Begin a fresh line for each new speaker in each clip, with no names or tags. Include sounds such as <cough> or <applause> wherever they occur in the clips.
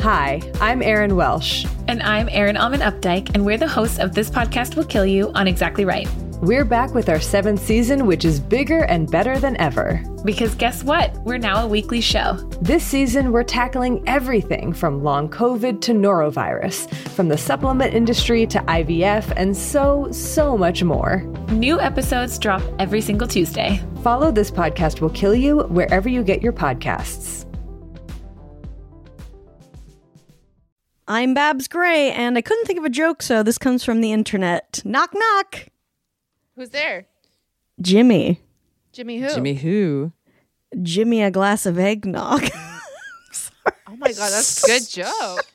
Hi, I'm Erin Welsh.
And I'm Erin Alman Updike, and we're the hosts of This Podcast Will Kill You on Exactly Right.
We're back with our seventh season, which is bigger and better than ever.
Because guess what? We're now a weekly show.
This season, we're tackling everything from long COVID to norovirus, from the supplement industry to IVF, and so, so much more.
New episodes drop every single Tuesday.
Follow This Podcast Will Kill You wherever you get your podcasts.
I'm Babs Gray, and I couldn't think of a joke, so this comes from the internet. Knock, knock.
Who's there?
Jimmy.
Jimmy who?
Jimmy who?
Jimmy a glass of eggnog. <laughs>
Oh my god, that's a good
<laughs>
joke.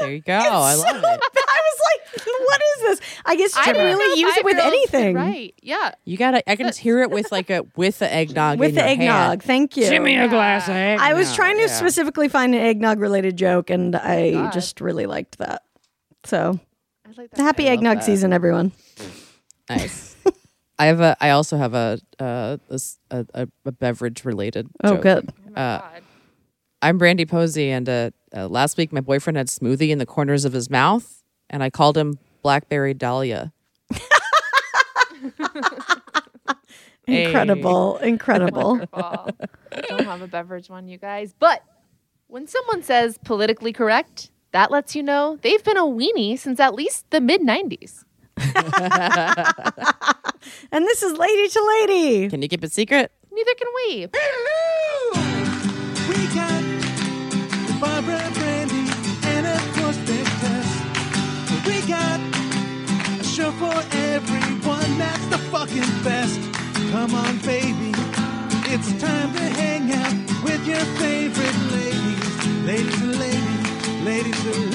There you go. I
So
love
bad.
it.
I was like, what is this? I guess you
I
can
didn't know
really
if
use
I
it with
girls did
anything.
Right.
<laughs>
Yeah.
You gotta. I can hear it with like a with the eggnog.
With
in
the
your
eggnog.
hand.
Thank you.
Give me a glass of eggnog.
I was trying to
Yeah.
specifically find an eggnog related joke, and I
Oh, God.
just really liked that. So
I like that.
happy eggnog season, everyone.
Nice. I have a. I also have a uh, this- a, a, a beverage related.
Oh,
joke.
good.
God.
I'm Brandy Posey, and uh, uh, last week my boyfriend had smoothie in the corners of his mouth, and I called him Blackberry Dahlia. Hey.
<laughs>
Incredible. Incredible.
Wonderful. I don't have a beverage one, you guys. But when someone says politically correct, that lets you know they've been a weenie since at least the mid 90s.
and this is Lady to Lady.
Can you keep it secret?
Neither can we.
<laughs>
We got Barbara Brandy and of course this test. We got a show for everyone that's the fucking best. Come on, baby. It's time to hang out with your favorite ladies. Ladies and ladies, ladies and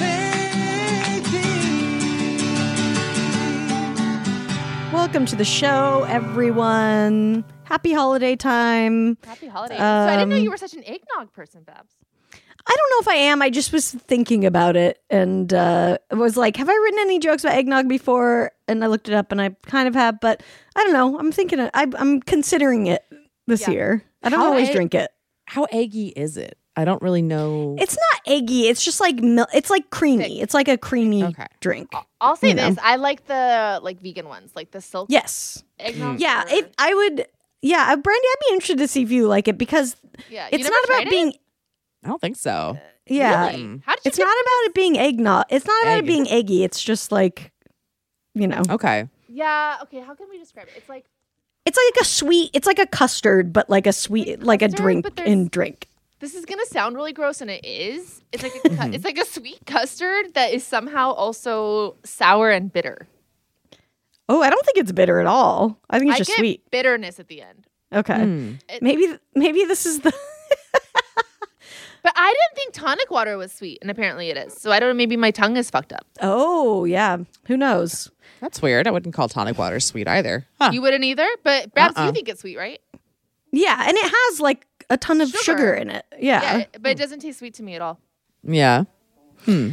ladies.
Welcome to the show, everyone. Happy holiday time.
Happy holidays. so I didn't know
Um,
you were such an eggnog person, Babs.
I don't know if I am. I just was thinking about it and uh, was like, have I written any jokes about eggnog before? And I looked it up and I kind of have, but I don't know. I'm thinking, I, I'm considering it this
Yeah.
year. I don't
How
always
egg-
drink it.
How eggy is it? I don't really know.
It's not eggy. It's just like mil- it's like creamy.
Thick.
It's like a creamy
Okay.
drink.
I'll say
you know.
this. I like the like vegan ones, like the silk
Yes.
eggnog.
Yeah.
or-
It, I would. Yeah, uh, Brandy, I'd be interested to see if you like it because
yeah. You
it's
never
not
tried
about
it?
being.
I don't think so.
Yeah.
Really? How did you
It's not about it being eggnog. It's not about it
Egg.
being eggy. It's just like, you know,
Okay.
Yeah. Okay. How can we describe it? It's like
it's like a sweet. It's like a custard, but like a sweet, like a
custard,
drink
but there's-
in drink.
this is gonna sound really gross, and it is. It's like a,
Mm-hmm.
cu- it's like a sweet custard that is somehow also sour and bitter.
Oh, I don't think it's bitter at all. I think it's
I
just
get
sweet.
bitterness at the end,
Okay,
Hmm.
It-
maybe maybe this is the.
but I didn't think tonic water was sweet, and apparently it is. So I don't know. Maybe my tongue is fucked up.
Oh yeah, who knows?
That's weird. I wouldn't call tonic water sweet either.
Ah.
Huh.
You wouldn't either, but Babs,
Uh-uh.
you think it's sweet, right?
Yeah, and it has like a ton of sugar,
Sugar.
in it. Yeah, Mm.
it- but it doesn't taste sweet to me at all.
Yeah. Hmm.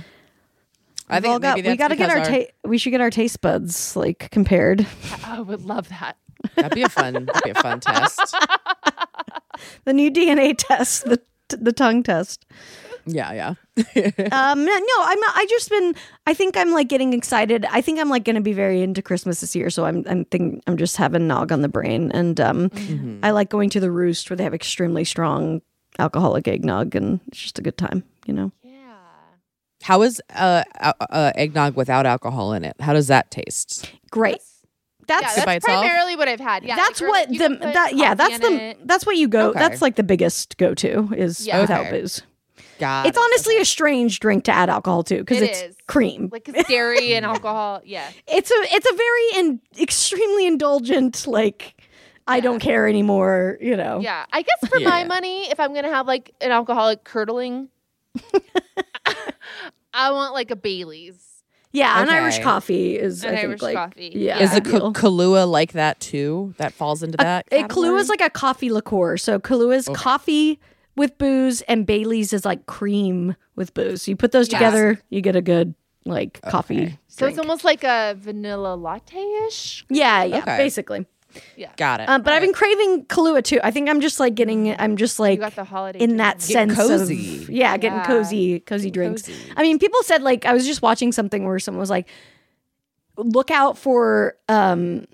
I
We've all got- we got to get
because
our, ta- we should get our taste buds like compared. <laughs>
Oh, I would love that.
That'd be a fun. That'd be a fun test.
The new DNA test, the the tongue test.
Yeah, yeah.
Um, no, no, I'm not. I just been. I think I'm like getting excited. I think I'm like going to be very into Christmas this year. So I'm, I'm thinking I'm just having nog on the brain, and um,
Mm-hmm.
I like going to the Roost where they have extremely strong alcoholic eggnog, and it's just a good time. You know,
Yeah.
How is uh, uh, uh eggnog without alcohol in it? How does that taste?
great. That's
yeah,
by
that's
itself?
primarily what I've had. Yeah,
that's
like, or
what
you
the
can put
that
coffee
yeah that's
in
the
it.
that's what you go
Okay.
that's like the biggest go to is
Yeah.
without
Okay.
booze.
God,
It's honestly a strange drink to add alcohol to because
It
it's
is.
cream.
like 'cause
<laughs>
dairy and alcohol. Yeah.
it's a it's a very in, extremely indulgent like I don't care anymore, you know.
Yeah, I guess for
<laughs>
Yeah,
my
yeah.
money, if I'm gonna have like an alcoholic curdling, <laughs> I want like a Bailey's.
Yeah, an Irish
Okay.
coffee is
An
I think
Irish
like
coffee.
yeah.
Is a
the
Ka- Kahlua like that too? That falls into that.
a Kahlua is like a coffee liqueur. So Kahlua is coffee with booze, and Bailey's is like cream with booze. You put those together, you get a good like coffee.
So it's almost like a vanilla latte ish.
Yeah, yeah,
Okay.
basically.
got it.
Um, but I've been craving Kahlua too. I think I'm just like getting. I'm just like
got the holiday
in that sense
cozy.
of yeah, getting
Yeah.
cozy, cozy drinks. I mean, people said like I was just watching something where someone was like, look out for um,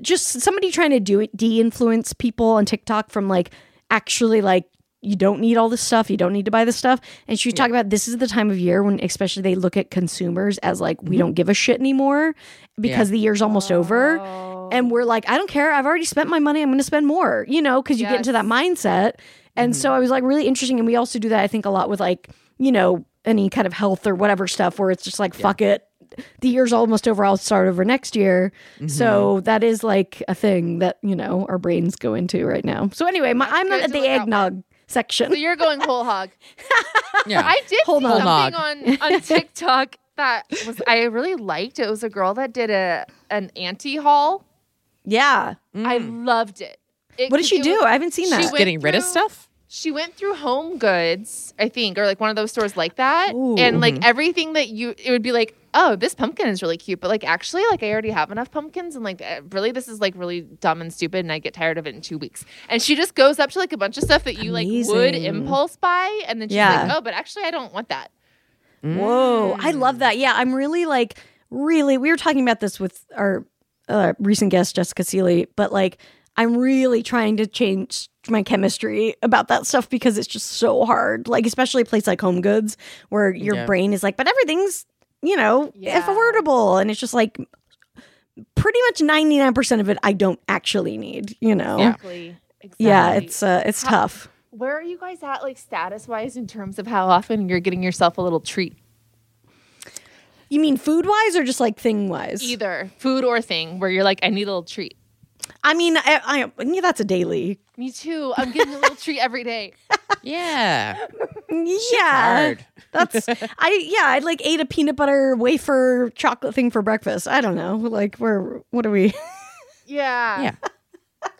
just somebody trying to do it de-influence people on TikTok from like actually like you don't need all this stuff, you don't need to buy this stuff. And she was talking about this is the time of year when especially they look at consumers as like we don't give a shit anymore because the year's almost over. And we're like, I don't care. I've already spent my money. I'm going to spend more, you know, because you get into that mindset. And so I was like, really interesting. And we also do that, I think, a lot with like, you know, any kind of health or whatever stuff where it's just like, fuck it. The year's almost over. I'll start over next year. So that is like a thing that, you know, our brains go into right now. So anyway, my, I'm
good
not at
to
the
look out
eggnog section.
So you're going whole
<laughs>
hog.
yeah.
I did
Hold
see
on.
Hog.
something
<laughs>
on, on TikTok that was I really liked. It was a girl that did a an anti haul.
yeah.
I loved it. It-
What did
'cause
she
it
do?
was-
I haven't seen
she
that.
Just Mm. getting rid of
through-
stuff.
She went through Home Goods, I think, or like one of those stores like that, and
Mm-hmm.
like everything that you, it would be like, oh, this pumpkin is really cute, but like actually, like I already have enough pumpkins, and like eh, really, this is like really dumb and stupid, and I get tired of it in two weeks. And she just goes up to like a bunch of stuff that you like would
Amazing.
impulse buy, and then she's
Yeah.
like, oh, but actually, I don't want that.
Whoa, I love that. Yeah, I'm really like really we were talking about this with our uh, recent guest Jessica Seeley, but like I'm really trying to change my chemistry about that stuff because it's just so hard. Like especially a place like Home Goods where your
Yeah.
brain is like but everything's, you know,
Yeah.
affordable and it's just like pretty much 99% of it I don't actually need, you know. Yeah,
Exactly. Exactly.
it's uh, it's tough.
where are you guys at, like status wise, in terms of how often you're getting yourself a little treat,
You mean food-wise or just like thing-wise?
either food or thing, where you're like, I need a little treat.
I mean, I, I yeah, that's a daily
Me too. I'm getting a little treat every <laughs> day.
Yeah.
Yeah.
hard.
<laughs> That's I yeah, I like ate a peanut butter wafer chocolate thing for breakfast. I don't know. Like we're what are we <laughs>
Yeah.
Yeah.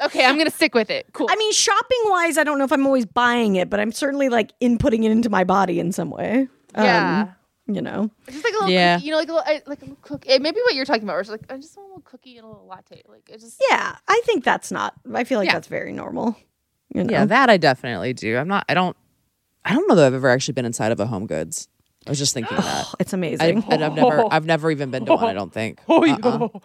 Okay, I'm gonna stick with it. Cool.
I mean shopping wise, I don't know if I'm always buying it, but I'm certainly like inputting it into my body in some way. Um,
yeah.
you know.
just like a little,
Yeah.
cookie, you know, like a little, I- like a little cookie. eh, Maybe what you're talking about, where it's like I just want a little cookie and a little latte. Like it just
Yeah. I think that's not I feel like
Yeah.
that's very normal. You know.
Yeah, that I definitely do. I'm not. I don't. I don't know that I've ever actually been inside of a Home Goods. I was just thinking that.
<gasps> it's
I,
amazing.
and I've never. I've never even been to one. I don't think. Oh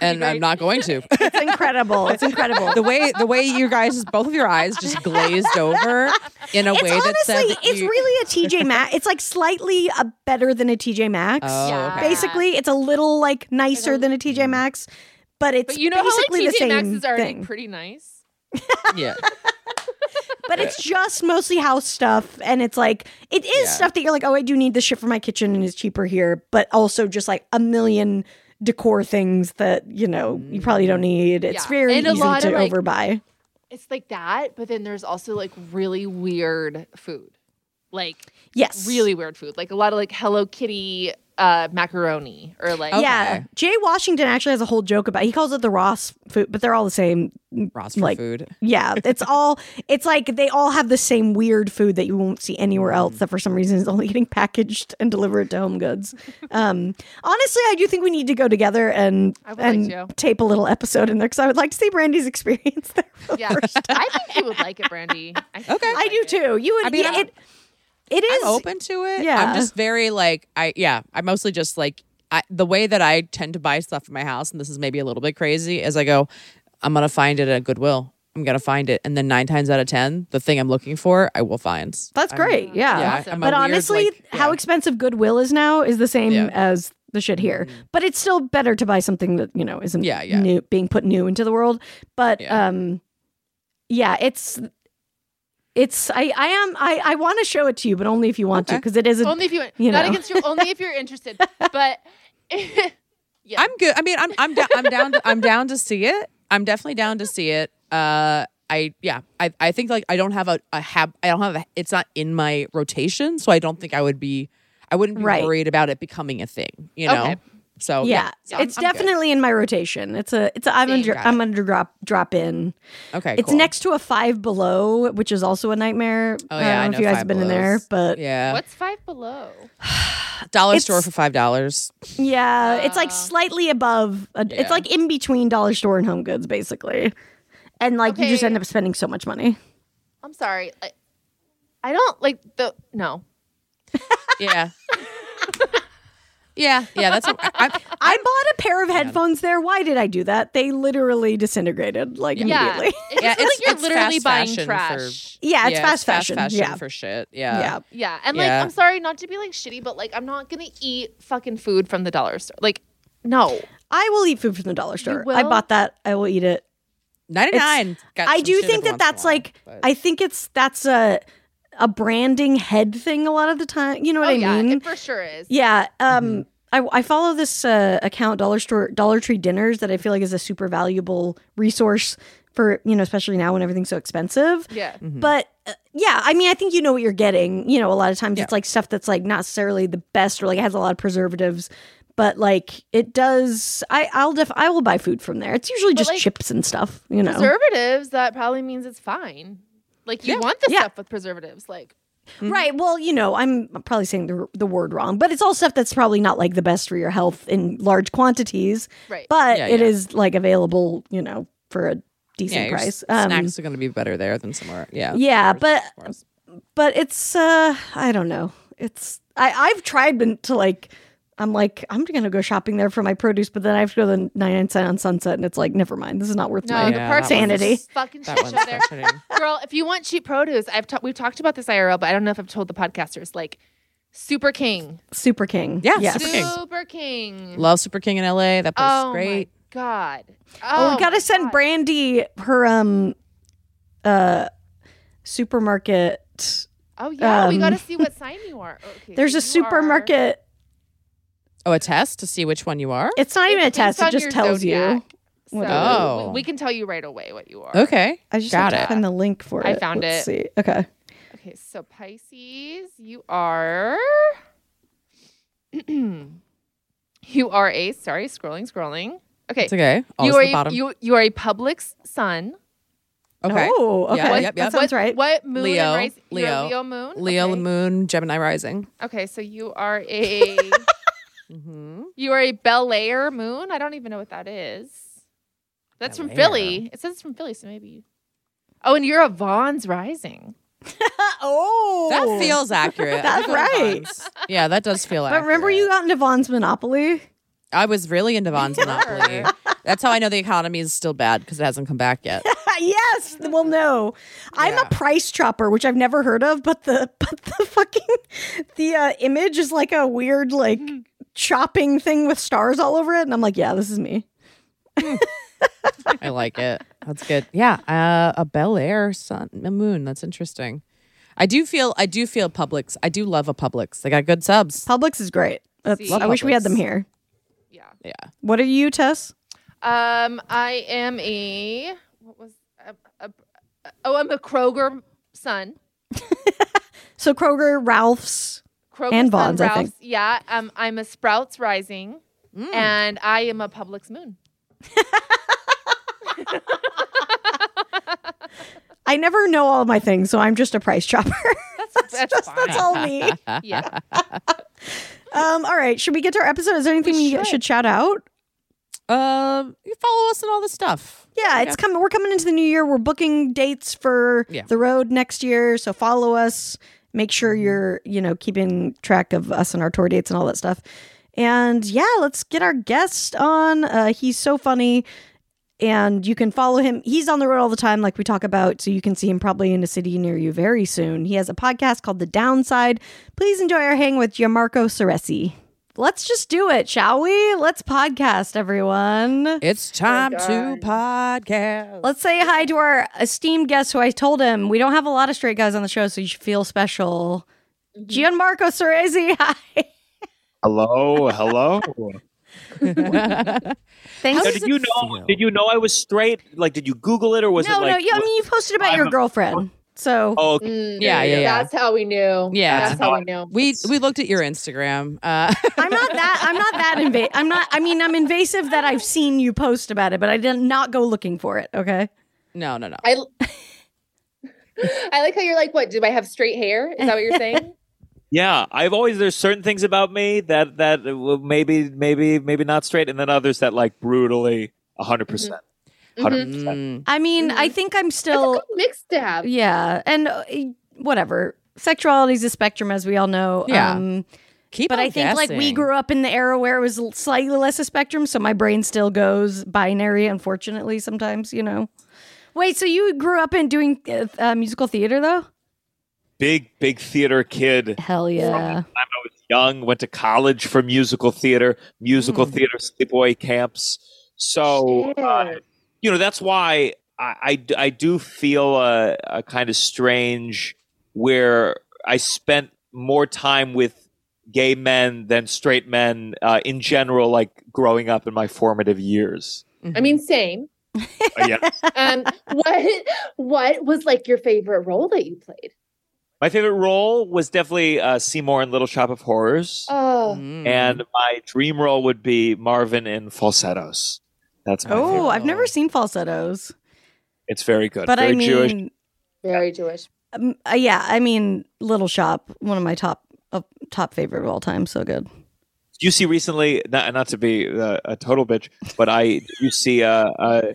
and I'm not going
<laughs>
to.
<laughs> it's incredible. It's incredible.
the way the way you guys both of your eyes just glazed over in a
It's
way
honestly,
that said that
it's
you-
really a TJ Maxx. It's like slightly uh better than a TJ Maxx.
Oh, okay.
Basically, it's a little like nicer than a TJ Maxx, but it's
Mm-hmm. But you know how like
basically the
TJ
same
Maxx is already
thing.
pretty nice.
<laughs> yeah.
but it's just mostly house stuff, and it's like it is stuff that you're like, oh, I do need this shit for my kitchen, and it's cheaper here. But also just like a million decor things that you know you probably don't need. It's
Mm-hmm. Yeah.
very
And a
easy
lot
to
of, like-
overbuy.
It's like that, but then there's also like really weird food, like
Yes,
really weird food, like a lot of like Hello Kitty uh, macaroni or like
Yeah,
Okay.
Jay Washington actually has a whole joke about. He calls it the Ross food, but they're all the same.
Roster
Like-
food.
Yeah, it's all. It's like they all have the same weird food that you won't see anywhere else. That for some reason is only getting packaged and delivered to Home Goods. Um, honestly, I do think we need to go together and
I would like
and
to.
tape a little episode in there because I would like to see Brandy's <laughs> experience there.
<laughs>
<laughs>
yeah. I think you would like it, Brandy. I, think you would
I
like
do
it.
too. You would.
mean,
yeah,
I'm-
it, it is.
I'm open to it.
Yeah.
I'm just very like I yeah, I'm mostly just like I, the way that I tend to buy stuff in my house and this is maybe a little bit crazy is I go I'm going to find it at Goodwill. I'm going to find it and then 9 times out of 10 the thing I'm looking for I will find.
That's great. yeah.
yeah, I'm a
But
weird,
honestly,
like-
how
yeah.
expensive Goodwill is now is the same
Yeah. Mm.
as the shit here. But it's still better to buy something that, you know, isn't
Yeah, yeah.
new being put new into the world. But
Yeah.
um yeah, it's it's I I am I I want to show it to you, but only if you want to
Okay.
because it is a,
Only if you,
You
not
know.
against your, only if you're
<laughs>
interested, but.
I'm good. I mean, I'm I'm, da- I'm down. I'm down to see it. I'm definitely down to see it. Uh, I yeah, I, I think like I don't have a, a hab I don't have a, it's not in my rotation, so I don't think I would be I wouldn't be
Right.
worried about it becoming a thing, you know.
Okay.
So
yeah,
I'm-
it's
I'm good.
definitely in my rotation. It's a it's a, I'm
Same,
under
got
I'm under drop drop in.
okay.
It's
cool.
next to a five below, which is also a nightmare.
Oh,
I don't
yeah,
know
I
if
know
you guys
Five
have been in there,
Belows.
but yeah,
Yeah,
What's five below?
dollar
it's-
store for
<laughs>
five dollars.
it's like slightly above. A, It's
Yeah.
like in between dollar store and home goods, basically. And like you just
Okay.
end up spending so much money.
I'm sorry. Like, I don't like the no.
Yeah. yeah, yeah. That's what, I, I,
<laughs>
I bought a pair of headphones there. Why did I do that? They literally disintegrated like
Yeah,
immediately. <laughs>
it's,
Yeah,
yeah,
it's-
like you're
it's
literally
fast
buying
fashion for-
trash.
Yeah, it's
yeah,
fast, fashion. Yeah.
for shit. Yeah,
yeah.
Yeah, and like
Yeah.
I'm sorry not to be like shitty, but like I'm not gonna eat fucking food from the dollar store. Like, no.
I will eat food from the dollar store. I
will?
bought that. I will eat it.
ninety nine.
I do think that that's like I think it's that's a a branding head thing a lot of the time. You know what
oh
I
yeah,
mean?
it for sure is.
Yeah.
Mm-hmm.
Um, I, I follow this uh, account, Dollar Store, Dollar Tree Dinners, that I feel like is a super valuable resource for you know, especially now when everything's so expensive.
Yeah.
Mm-hmm.
But uh, yeah, I mean, I think you know what you're getting. You know, a lot of times it's like stuff that's like not necessarily the best or like has a lot of preservatives. But like it does, I I'll def I will buy food from there. It's usually just
like,
chips and stuff, you know.
Preservatives, that probably means it's fine. Like you want the
Yeah.
stuff with preservatives. Like
Mm-hmm.
Right. Well, you know, I'm probably saying the, the word wrong, but it's all stuff that's probably not like the best for your health in large quantities.
Right.
But
Yeah,
it is
yeah.
like available, you know, for a decent
yeah, your
price. um,
s- snacks are going to be better there than somewhere.
<laughs>
Yeah,
yeah, but
course.
but it's uh I don't know. It's I I've tried been to like I'm like I'm gonna go shopping there for my produce, but then I have to go to the 99 cent on Sunset, and it's like never mind. This is not worth
no,
my
the
Yeah,
park
that one's-
sanity.
Fucking
that
shit
one's
show there.
frustrating.
Girl, if you want cheap produce, I've ta- we've talked about this IRL, but I don't know if I've told the podcasters. Like Super King.
Super King.
Yeah,
Yes.
Super King.
Super King.
<laughs> Love Super King in L.A. That place
Oh
is great.
my god.
Oh,
Oh,
we gotta send Brandy her um uh supermarket.
Oh yeah, we
um,
gotta see what sign you
<laughs>
are. Okay,
There's
so
a
you are-
supermarket.
Oh, a test to see which one you are.
It's not even a
It's
test. It
on
just
your
tells
Zodiac.
you.
So
what it
is.
we-
Oh.
we, can tell you right away what you are.
Okay,
I just
got
have to
it.
find the link for it.
I found
Let's
it.
See. Okay.
Okay, so Pisces, you are <clears throat> you are a sorry, scrolling, scrolling. Okay.
It's okay. Always
you are
the bottom.
a, you you are a Publix son.
okay.
Oh, okay.
Yeah, yep,
That
yep.
what,
sounds right.
What moon? and
Leo,
rise- you're a
Leo,
Leo moon.
Leo,
okay.
the moon, Gemini rising.
Okay, so you are <laughs> a
Mm-hmm.
you are a Bel Air moon. I don't even know what that is. That's from
Bel Air.
Philly. It says it's from Philly, so maybe. you- Oh, and you're a Vaughn's rising.
Oh,
That
<laughs>
feels accurate.
That's right.
Yeah, that does feel.
But remember, you got into Vaughn's Monopoly.
I was
<laughs>
really into Vaughn's Monopoly. That's how I know the economy is still bad because it hasn't come back yet.
Uh,
yes. <laughs> Well, no, I'm
Yeah.
a price chopper, which I've never heard of. But the <laughs> but the fucking the uh, image is like a
<laughs>
weird like chopping thing with stars all over it, and I'm like, yeah, this is me.
I like it. That's good. Yeah, uh, a Bel Air sun, a moon. That's interesting. I do feel. I do feel Publix. I do love a Publix. They got good subs.
Publix is great. That's,
Love
I wish we had them
Publix.
here.
Yeah.
Yeah.
What are you, Tess?
Um, I am a what was a, a, a- oh, I'm a Kroger son.
So Kroger, Ralph's.
Kroger son,
And Vons, I think.
Ralph's. Yeah. Um, I'm a Sprouts Rising, and I am a Publix <laughs> Moon.
I never know all of my things, so I'm just a price chopper.
That's <laughs> that's, fine.
That's all me. Um,
<laughs>
<laughs>
Yeah.
all right. Should we get to our episode? Is there anything we, should. shout out?
Um, you follow us and all this stuff.
Yeah, it's coming. We're coming into the new year. We're booking dates for
Yeah.
the road next year. So follow us. Make sure you're, you know, keeping track of us and our tour dates and all that stuff. And yeah, let's get our guest on. Uh, he's so funny. And you can follow him. He's on the road all the time, like we talk about. So you can see him probably in a city near you very soon. He has a podcast called The Downside. Please enjoy our hang with Gianmarco Ceresi. Let's just do it, shall we? Let's podcast, everyone.
It's
Oh
time to podcast.
Let's say hi to our esteemed guest who I told him we don't have a lot of straight guys on the show, so you should feel <laughs> special. Gianmarco Cerezi. Hi.
Hello, hello.
Thanks.
Now, did you know? Did you know I was straight? Like, did you Google it or was
no,
it like?
no. You, I mean, you posted about
I'm
your
a-
girlfriend. So
oh, okay.
Yeah, yeah, yeah.
That's how we knew.
Yeah.
That's how we knew.
We we looked at your Instagram. Uh, <laughs>
Oh.
<laughs> I'm not that. I'm not that invasive. I'm not. I mean, I'm invasive that I've seen you post about it, but I did not go looking for it. Okay.
no, no, no.
I, I like how you're like, what? Do I have straight hair? Is that
<laughs>
what you're saying?
Yeah, I've always there's certain things about me that that uh, well, maybe maybe maybe not straight, and then others that like brutally hundred percent, hundred percent.
Mm.
I mean, I think I'm still.
Mixed to have.
Yeah, and uh, whatever. Sexuality is a spectrum, as we all know.
Yeah.
Um,
Keep
but
on
I think like we
guessing.
grew up in the era where it was l- slightly less a spectrum, so my brain still goes binary. Unfortunately, sometimes you know. Wait, so you grew up in doing uh, uh, musical theater though?
Big big theater kid.
Hell yeah!
When I was young, went to college for musical theater, musical theater sleepaway camps. So uh, you know that's why I, I d- I do feel a, a kind of strange where I spent more time with gay men than straight men uh, in general, like growing up in my formative years.
I mean, same.
Uh, yeah.
<laughs> Um, what what was like your favorite role that you played?
My favorite role was definitely uh, Seymour in Little Shop of Horrors,
Oh,
Mm-hmm.
Mm.
and my dream role would be Marvin in Falsettos. That's my favorite.
Oh, I've never seen falsettos,
It's very good.
but
very
I mean,
Jewish. Mm.
very Jewish.
um, uh, yeah, I mean, Little Shop, one of my top uh, top favorite of all time. So good.
You see recently, not, not to be uh, a total bitch, but I you see uh, uh,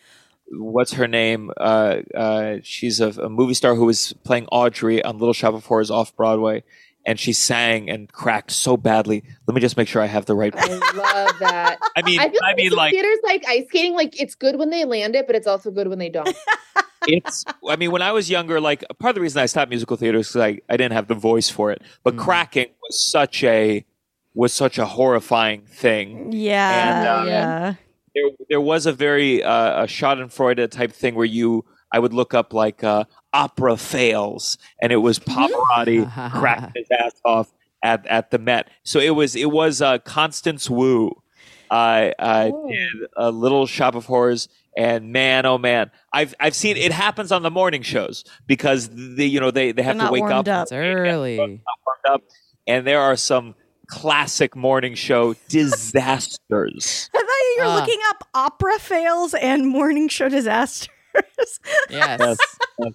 what's her name? Uh, uh, she's a, a movie star who was playing Audrey on Little Shop of Horrors off Broadway, and she sang and cracked so badly. Let me just make sure I have the right.
I love
<laughs>
that.
I mean,
I
I,
feel like
mean,
some
like
theaters like ice skating. Like it's good when they land it, but it's also good when they <laughs> don't.
it's i mean when i was younger like part of the reason i stopped musical theater is because I, I didn't have the voice for it but cracking was such a was such a horrifying thing
Yeah,
And, uh,
yeah.
there, there was a very uh, a schadenfreude type thing where you i would look up like uh, opera fails and it was pavarotti <laughs> cracking his ass off at, at the met so it was it was uh, constance wu I I
Oh.
did a little shop of horrors, and man, oh man, I've I've seen it happens on the morning shows because the you know they they have
They're
to
not
wake
warmed
up,
up.
It's early.
warmed up, and there are some classic morning
<laughs>
show disasters.
I thought you were
Uh.
looking up opera fails and morning show disasters.
Yes.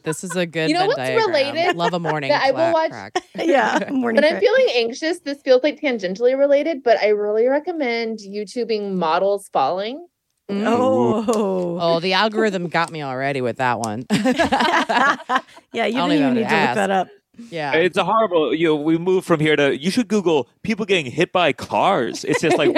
This is a good
You know
Venn
what's
diagram.
related?
Love a
<laughs>
morning.
That I will
cla-
watch-
crack.
<laughs> yeah, morning.
But I'm
cra-
feeling anxious. This feels like tangentially related, but I really recommend YouTubing models falling.
oh.
Oh, the algorithm got me already with that one. <laughs>
<laughs> yeah, you
don't
do
even
you
know
need
how
to
to
look that up.
yeah.
It's a horrible. You know, we move from here to you should Google people getting hit by cars. It's just like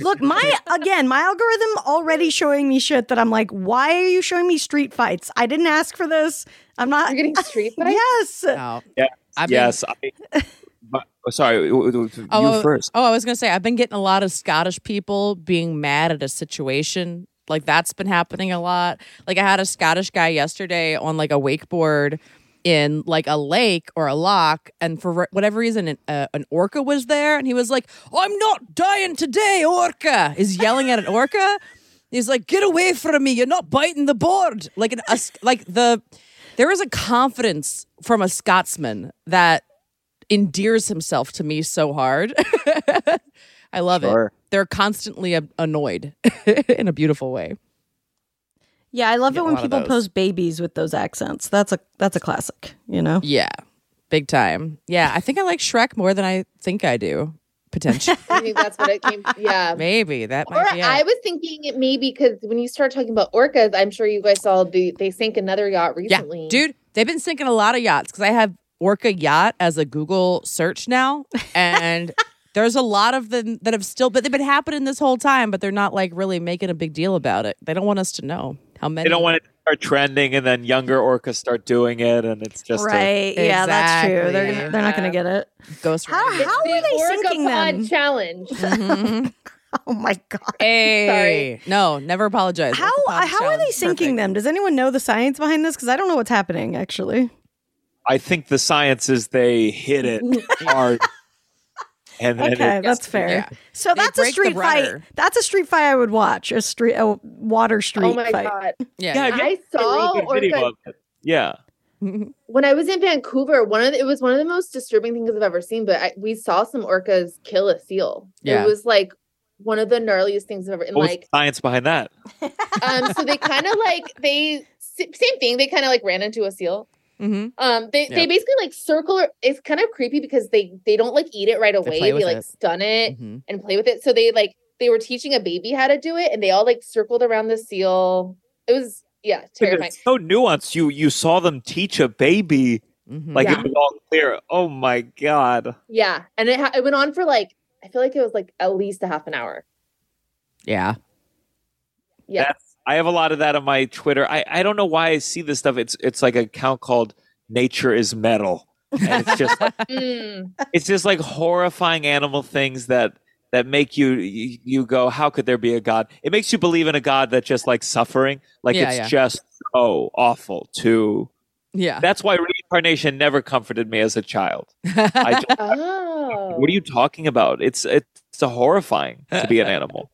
Look, my again, my algorithm already showing me shit that I'm like, why are you showing me street fights? I didn't ask for this. I'm not.
You're <laughs> getting street fights.
yes.
No.
Yeah.
I've been-
yes. I, but, oh, sorry, w- w- you
Oh,
first.
Oh, I was gonna say I've been getting a lot of Scottish people being mad at a situation. Like that's been happening a lot. Like I had a Scottish guy yesterday on like a wakeboard in like a lake or a lock, and for re- whatever reason, an, uh, an orca was there, and he was like, "I'm not dying today, orca!" Is yelling at an orca. He's like, "Get away from me! You're not biting the board!" Like an us, like the there is a confidence from a Scotsman that endears himself to me so hard. <laughs> I love
Sure.
it. They're constantly a- annoyed <laughs> in a beautiful way.
Yeah, I love it
Get a
when
lot of
people
those.
post babies with those accents. That's a that's a classic. You know.
Yeah, big time. Yeah, I think I like Shrek more than I think I do.
<laughs>
Potentially,
I think that's what it came. <laughs> Yeah.
maybe that
Or
might be. It.
I was thinking it maybe because when you start talking about orcas, I'm sure you guys saw the they sank another yacht
yeah,
recently.
dude, they've been sinking a lot of yachts because I have Orca yacht as a Google search now,
<laughs>
and there's a lot of them that have still, but they've been happening this whole time, but they're not like really making a big deal about it. They don't want us to know how many.
They don't want it to start trending, and then younger orcas start doing it, and it's just a-
Right. Yeah, that's true. They're
Exactly.
gonna, they're not going to get it.
ghost.
How
Rider.
Oh,
how
The
are they
Orca
sinking
Pod
them?
<laughs>
challenge.
<laughs> Oh my god.
Hey, no, never apologize.
How
Orca
uh,
Pop
how are they
Challenge,
sinking
perfect.
them? Does anyone know the science behind this? Because I don't know what's happening actually.
I think the science is they hit it hard. And then
Okay,
it-
that's fair.
yeah.
So that's a
break the
street fight.
rudder.
That's a street fight I would watch. A street, a water street
Oh my
fight.
god!
Yeah.
yeah,
I saw
really good
or
video
could-
of it. yeah.
when I was in Vancouver, one of the, it was one of the most disturbing things I've ever seen. But I, we saw some orcas kill a seal.
Yeah.
it was like one of the gnarliest things I've ever. And
Oh,
What was
like,
the science behind that?
um, so they kind
<laughs>
of like they s- same thing. They kind of like ran into a seal.
Mm-hmm.
Um, they
Yeah.
they basically like circle. It's kind of creepy because they they don't like eat it right away.
play
They,
with
like
it.
stun it
Mm-hmm.
and play with it. So they like they were teaching a baby how to do it, and they all like circled around the seal. It was yeah terrifying.
It's so nuanced. You you saw them teach a baby
Mm-hmm.
like
Yeah.
it was all clear. Oh my god.
Yeah, and it ha- it went on for like I feel like it was like at least a half an hour.
yeah.
Yeah,
That's, I have a lot of that on my Twitter. I, I don't know why I see this stuff. It's it's like an account called Nature is Metal. And it's
<laughs>
just
Mm.
it's just like horrifying animal things that that make you, you you go how could there be a god it makes you believe in a god that just like suffering like
Yeah,
it's
yeah.
just so awful too
Yeah.
that's why reincarnation never comforted me as a
<laughs>
child I just,
oh,
what are you talking about it's it's a horrifying to
<laughs>
be an animal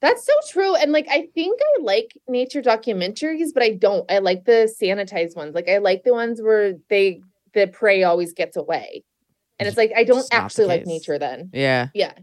that's so true. And like I think I like nature documentaries, but I don't. I like the sanitized ones. Like I like the ones where they the prey always gets away, and it's like I don't
It's not the
actually like
case.
nature. Then
yeah.
yeah,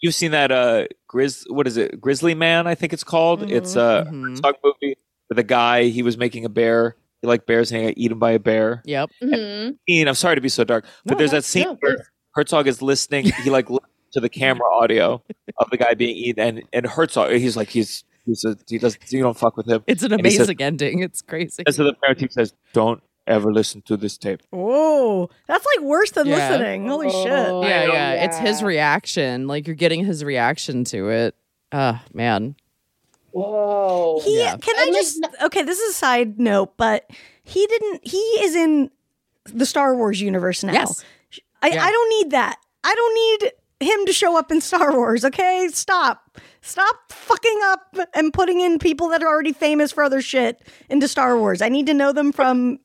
you've seen that uh grizz what is it grizzly man i think it's called it's uh, a
Mhm.
dog movie with a guy he was making a bear he liked bears and he got eaten by a bear
Yep.
hmm
scene- I'm sorry to be so dark, but
No,
there's that
that's-
scene
no,
where
please.
Herzog is listening. He like listens to the camera audio of the guy being eaten, and, and Herzog, he's like, he's he's a, he does you don't fuck with him.
It's an
And he said-
amazing ending. It's crazy.
And so the parent team says, "Don't ever listen to this tape."
Whoa, that's like worse than
Yeah.
listening. Holy shit!
yeah,
Oh,
yeah. It's his reaction. Like you're getting his reaction to it. Oh man.
Whoa.
He
Yeah.
can I
And, like,
just okay? This is a side note, but he didn't. He is in the Star Wars universe now.
Yes.
I,
Yeah.
I don't need that. I don't need him to show up in Star Wars. Okay, stop, stop fucking up and putting in people that are already famous for other shit into Star Wars. I need to know them from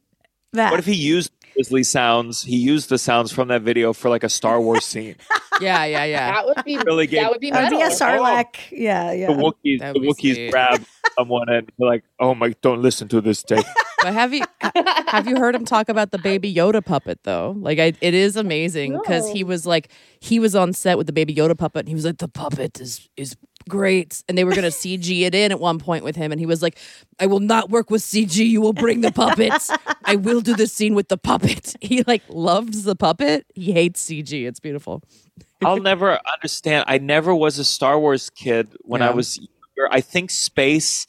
that.
What if he used grizzly sounds? He used the sounds from that video for like a Star Wars scene.
Yeah,
<laughs>
yeah, yeah.
that would be
Really gave-
that would be
That would
metal.
be a
Oh.
Sarlacc. Yeah,
The
yeah.
Wookiees,
That
the
would be
Wookiees
sweet.
grab someone and they're like, "Oh my, don't listen to this tape."
But have you have you heard him talk about the baby Yoda puppet though? Like I, it is amazing because he was like he was on set with the baby Yoda puppet and he was like the puppet is is great and they were going to CG it in at one point with him and he was like I will not work with CG you will bring the puppets I will do this scene with the puppet. <laughs> He like loves the puppet. He hates CG. It's beautiful.
<laughs> I'll never understand. I never was a Star Wars kid when I
Yeah.
was younger. I think space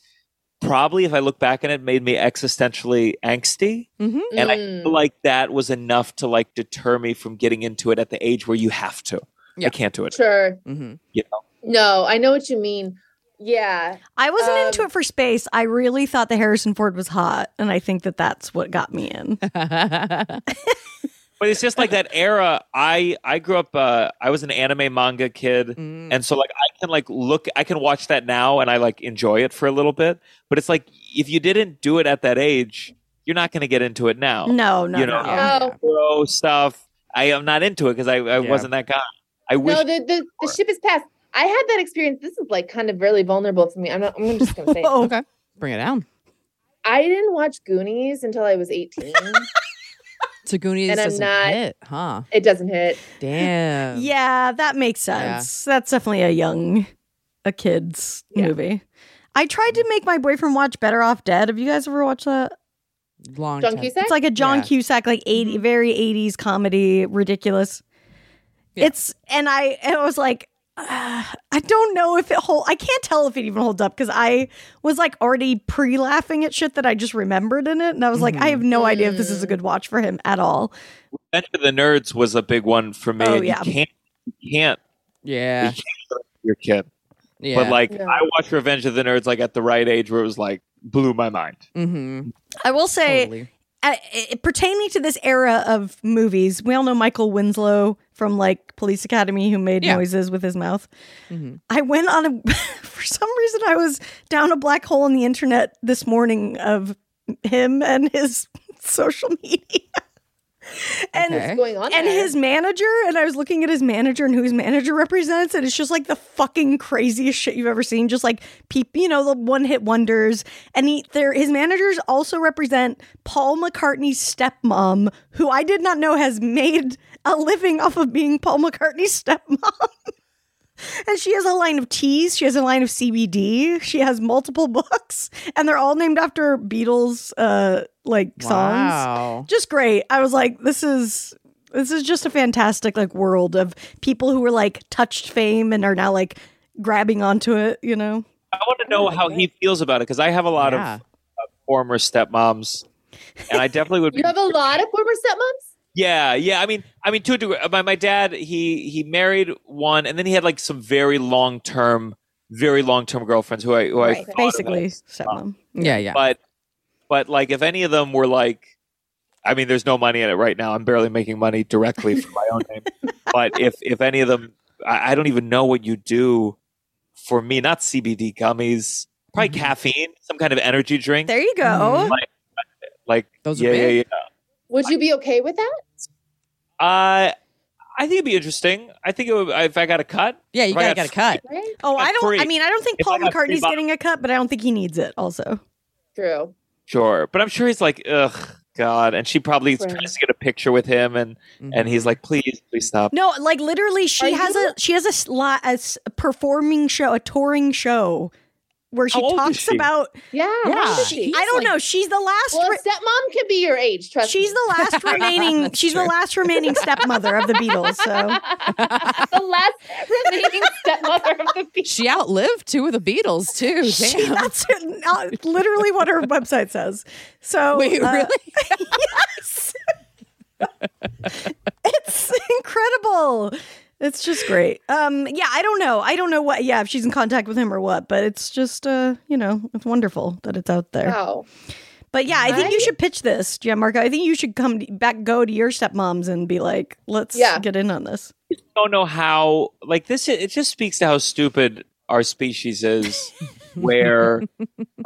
probably, if I look back on it, made me existentially angsty,
Mhm.
and I
Mm.
feel like that was enough to like deter me from getting into it at the age where you have to.
Yeah.
I can't do it.
Sure.
Mhm.
You know,
No, I know what you mean. Yeah.
I wasn't into
Um,
it for space. I really thought that Harrison Ford was hot, and I think that that's what got me in.
but it's just like that era. I I grew up. Uh, I was an anime manga kid.
Mm.
And so like I can like look I can watch that now and I like enjoy it for a little bit, but it's like if you didn't do it at that age, you're not going to get into it now.
No, no,
Oh. You know,
no.
Yeah.
Oh.
bro stuff. I am not into it because I, I
Yeah.
wasn't that guy. I wish
No, the, the, the ship is past. I had that experience. This is like kind of really vulnerable for me. I'm not, I'm just gonna say it.
<laughs> Whoa.
Okay. <laughs> Bring it down.
I didn't watch Goonies until I was 18.
Taguni
And I'm
doesn't
not-
hit, huh?
it doesn't hit.
Damn.
Yeah, that makes sense. That's definitely a young, a kids
Yeah.
movie. I tried to make my boyfriend watch Better Off Dead. Have you guys ever watched that?
Long
John
time.
Cusack.
It's like a John
Yeah.
Cusack, like 80 very eighties comedy, ridiculous.
Yeah.
It's and I and I was like, uh, I don't know if it hold. I can't tell if it even holds up because I was like already pre laughing at shit that I just remembered in it, and I was like, I have no idea if this is a good watch for him at all.
Revenge of the Nerds was a big one for me.
Oh,
and
yeah.
You can't you can't
Yeah.
your kid.
Yeah.
But like
No.
I watched Revenge of the Nerds like at the right age where it was like blew my mind.
mm-hmm.
I will say, uh, it, pertaining to this era of movies, we all know Michael Winslow from like Police Academy, who made
Yeah.
noises with his mouth. I went on a, <laughs> for some reason, I was down a black hole on the <laughs> internet this morning of him and his social media. and
What's going on?
and
there?
his manager and i was looking at his manager and who his manager represents and it's just like the fucking craziest shit you've ever seen just like people you know the one hit wonders and he there his managers also represent paul mccartney's stepmom who i did not know has made a living off of being paul mccartney's stepmom <laughs> and she has a line of teas she has a line of cbd she has multiple <laughs> books and they're all named after beatles uh like songs
Wow.
just great. I was like, this is this is just a fantastic like world of people who were like touched fame and are now like grabbing onto it. You know,
I want to
Oh
know how he feels about it because I have a lot
Yeah.
of uh, former stepmoms, and I definitely would.
<laughs> You
Be,
have a lot of former stepmoms.
yeah, yeah. I mean, I mean, to a degree, my my dad he he married one, and then he had like some very long term, very long term girlfriends who I who I
right?
thought
Basically,
about.
stepmom.
Yeah, yeah.
but but like if any of them were like i mean there's no money in it right now i'm barely making money directly from my own
<laughs>
name but if if any of them I, I don't even know what you do for me not cbd gummies probably
Mm-hmm.
caffeine some kind of energy drink
There you go.
Mhm.
Mm-hmm. like
Those are
yeah yeah yeah
big.
Would you be okay with that?
uh, i think it'd be interesting i think it would, if i got a cut
yeah, you
Right,
gotta get a cut.
Right?
Oh, I
Got
don't.
free.
I mean, I don't think
If
Paul
I got free
McCartney's
bottles.
getting a cut, but I don't think he needs it. Also,
True.
sure but i'm sure he's like ugh god and she probably
Right.
tries to get a picture with him and and
Mm-hmm.
he's like please please stop
no, like literally, she
Are
has
you-
a she has a slot as a performing show, a touring show where she
How old is
talks
she?
about.
Yeah.
Yeah.
right.
She-
I don't
like-
know. She's the last.
Well,
re-
a stepmom can be your age. Trust
She's
me.
the last remaining.
That's
she's the
true.
last remaining stepmother of the Beatles. So
the last remaining stepmother of the people.
She outlived two of the
<laughs>
Beatles too.
She,
Damn. <laughs>
that's not, literally what her website says.
<laughs>
So
Wait,
uh,
really?
yes. <laughs> it's incredible. It's just great. Um, yeah, I don't know. I don't know what. Yeah, if she's in contact with him or what, but it's just uh, you know, it's wonderful that it's out there.
Wow.
But yeah, I think
Oh,
you
Right?
should pitch this, yeah, Marco. I think you should come to- back, go to your stepmoms, and be like, let's
Yeah.
get in on this.
don't know how like this it just speaks to how stupid our species
<laughs>
is where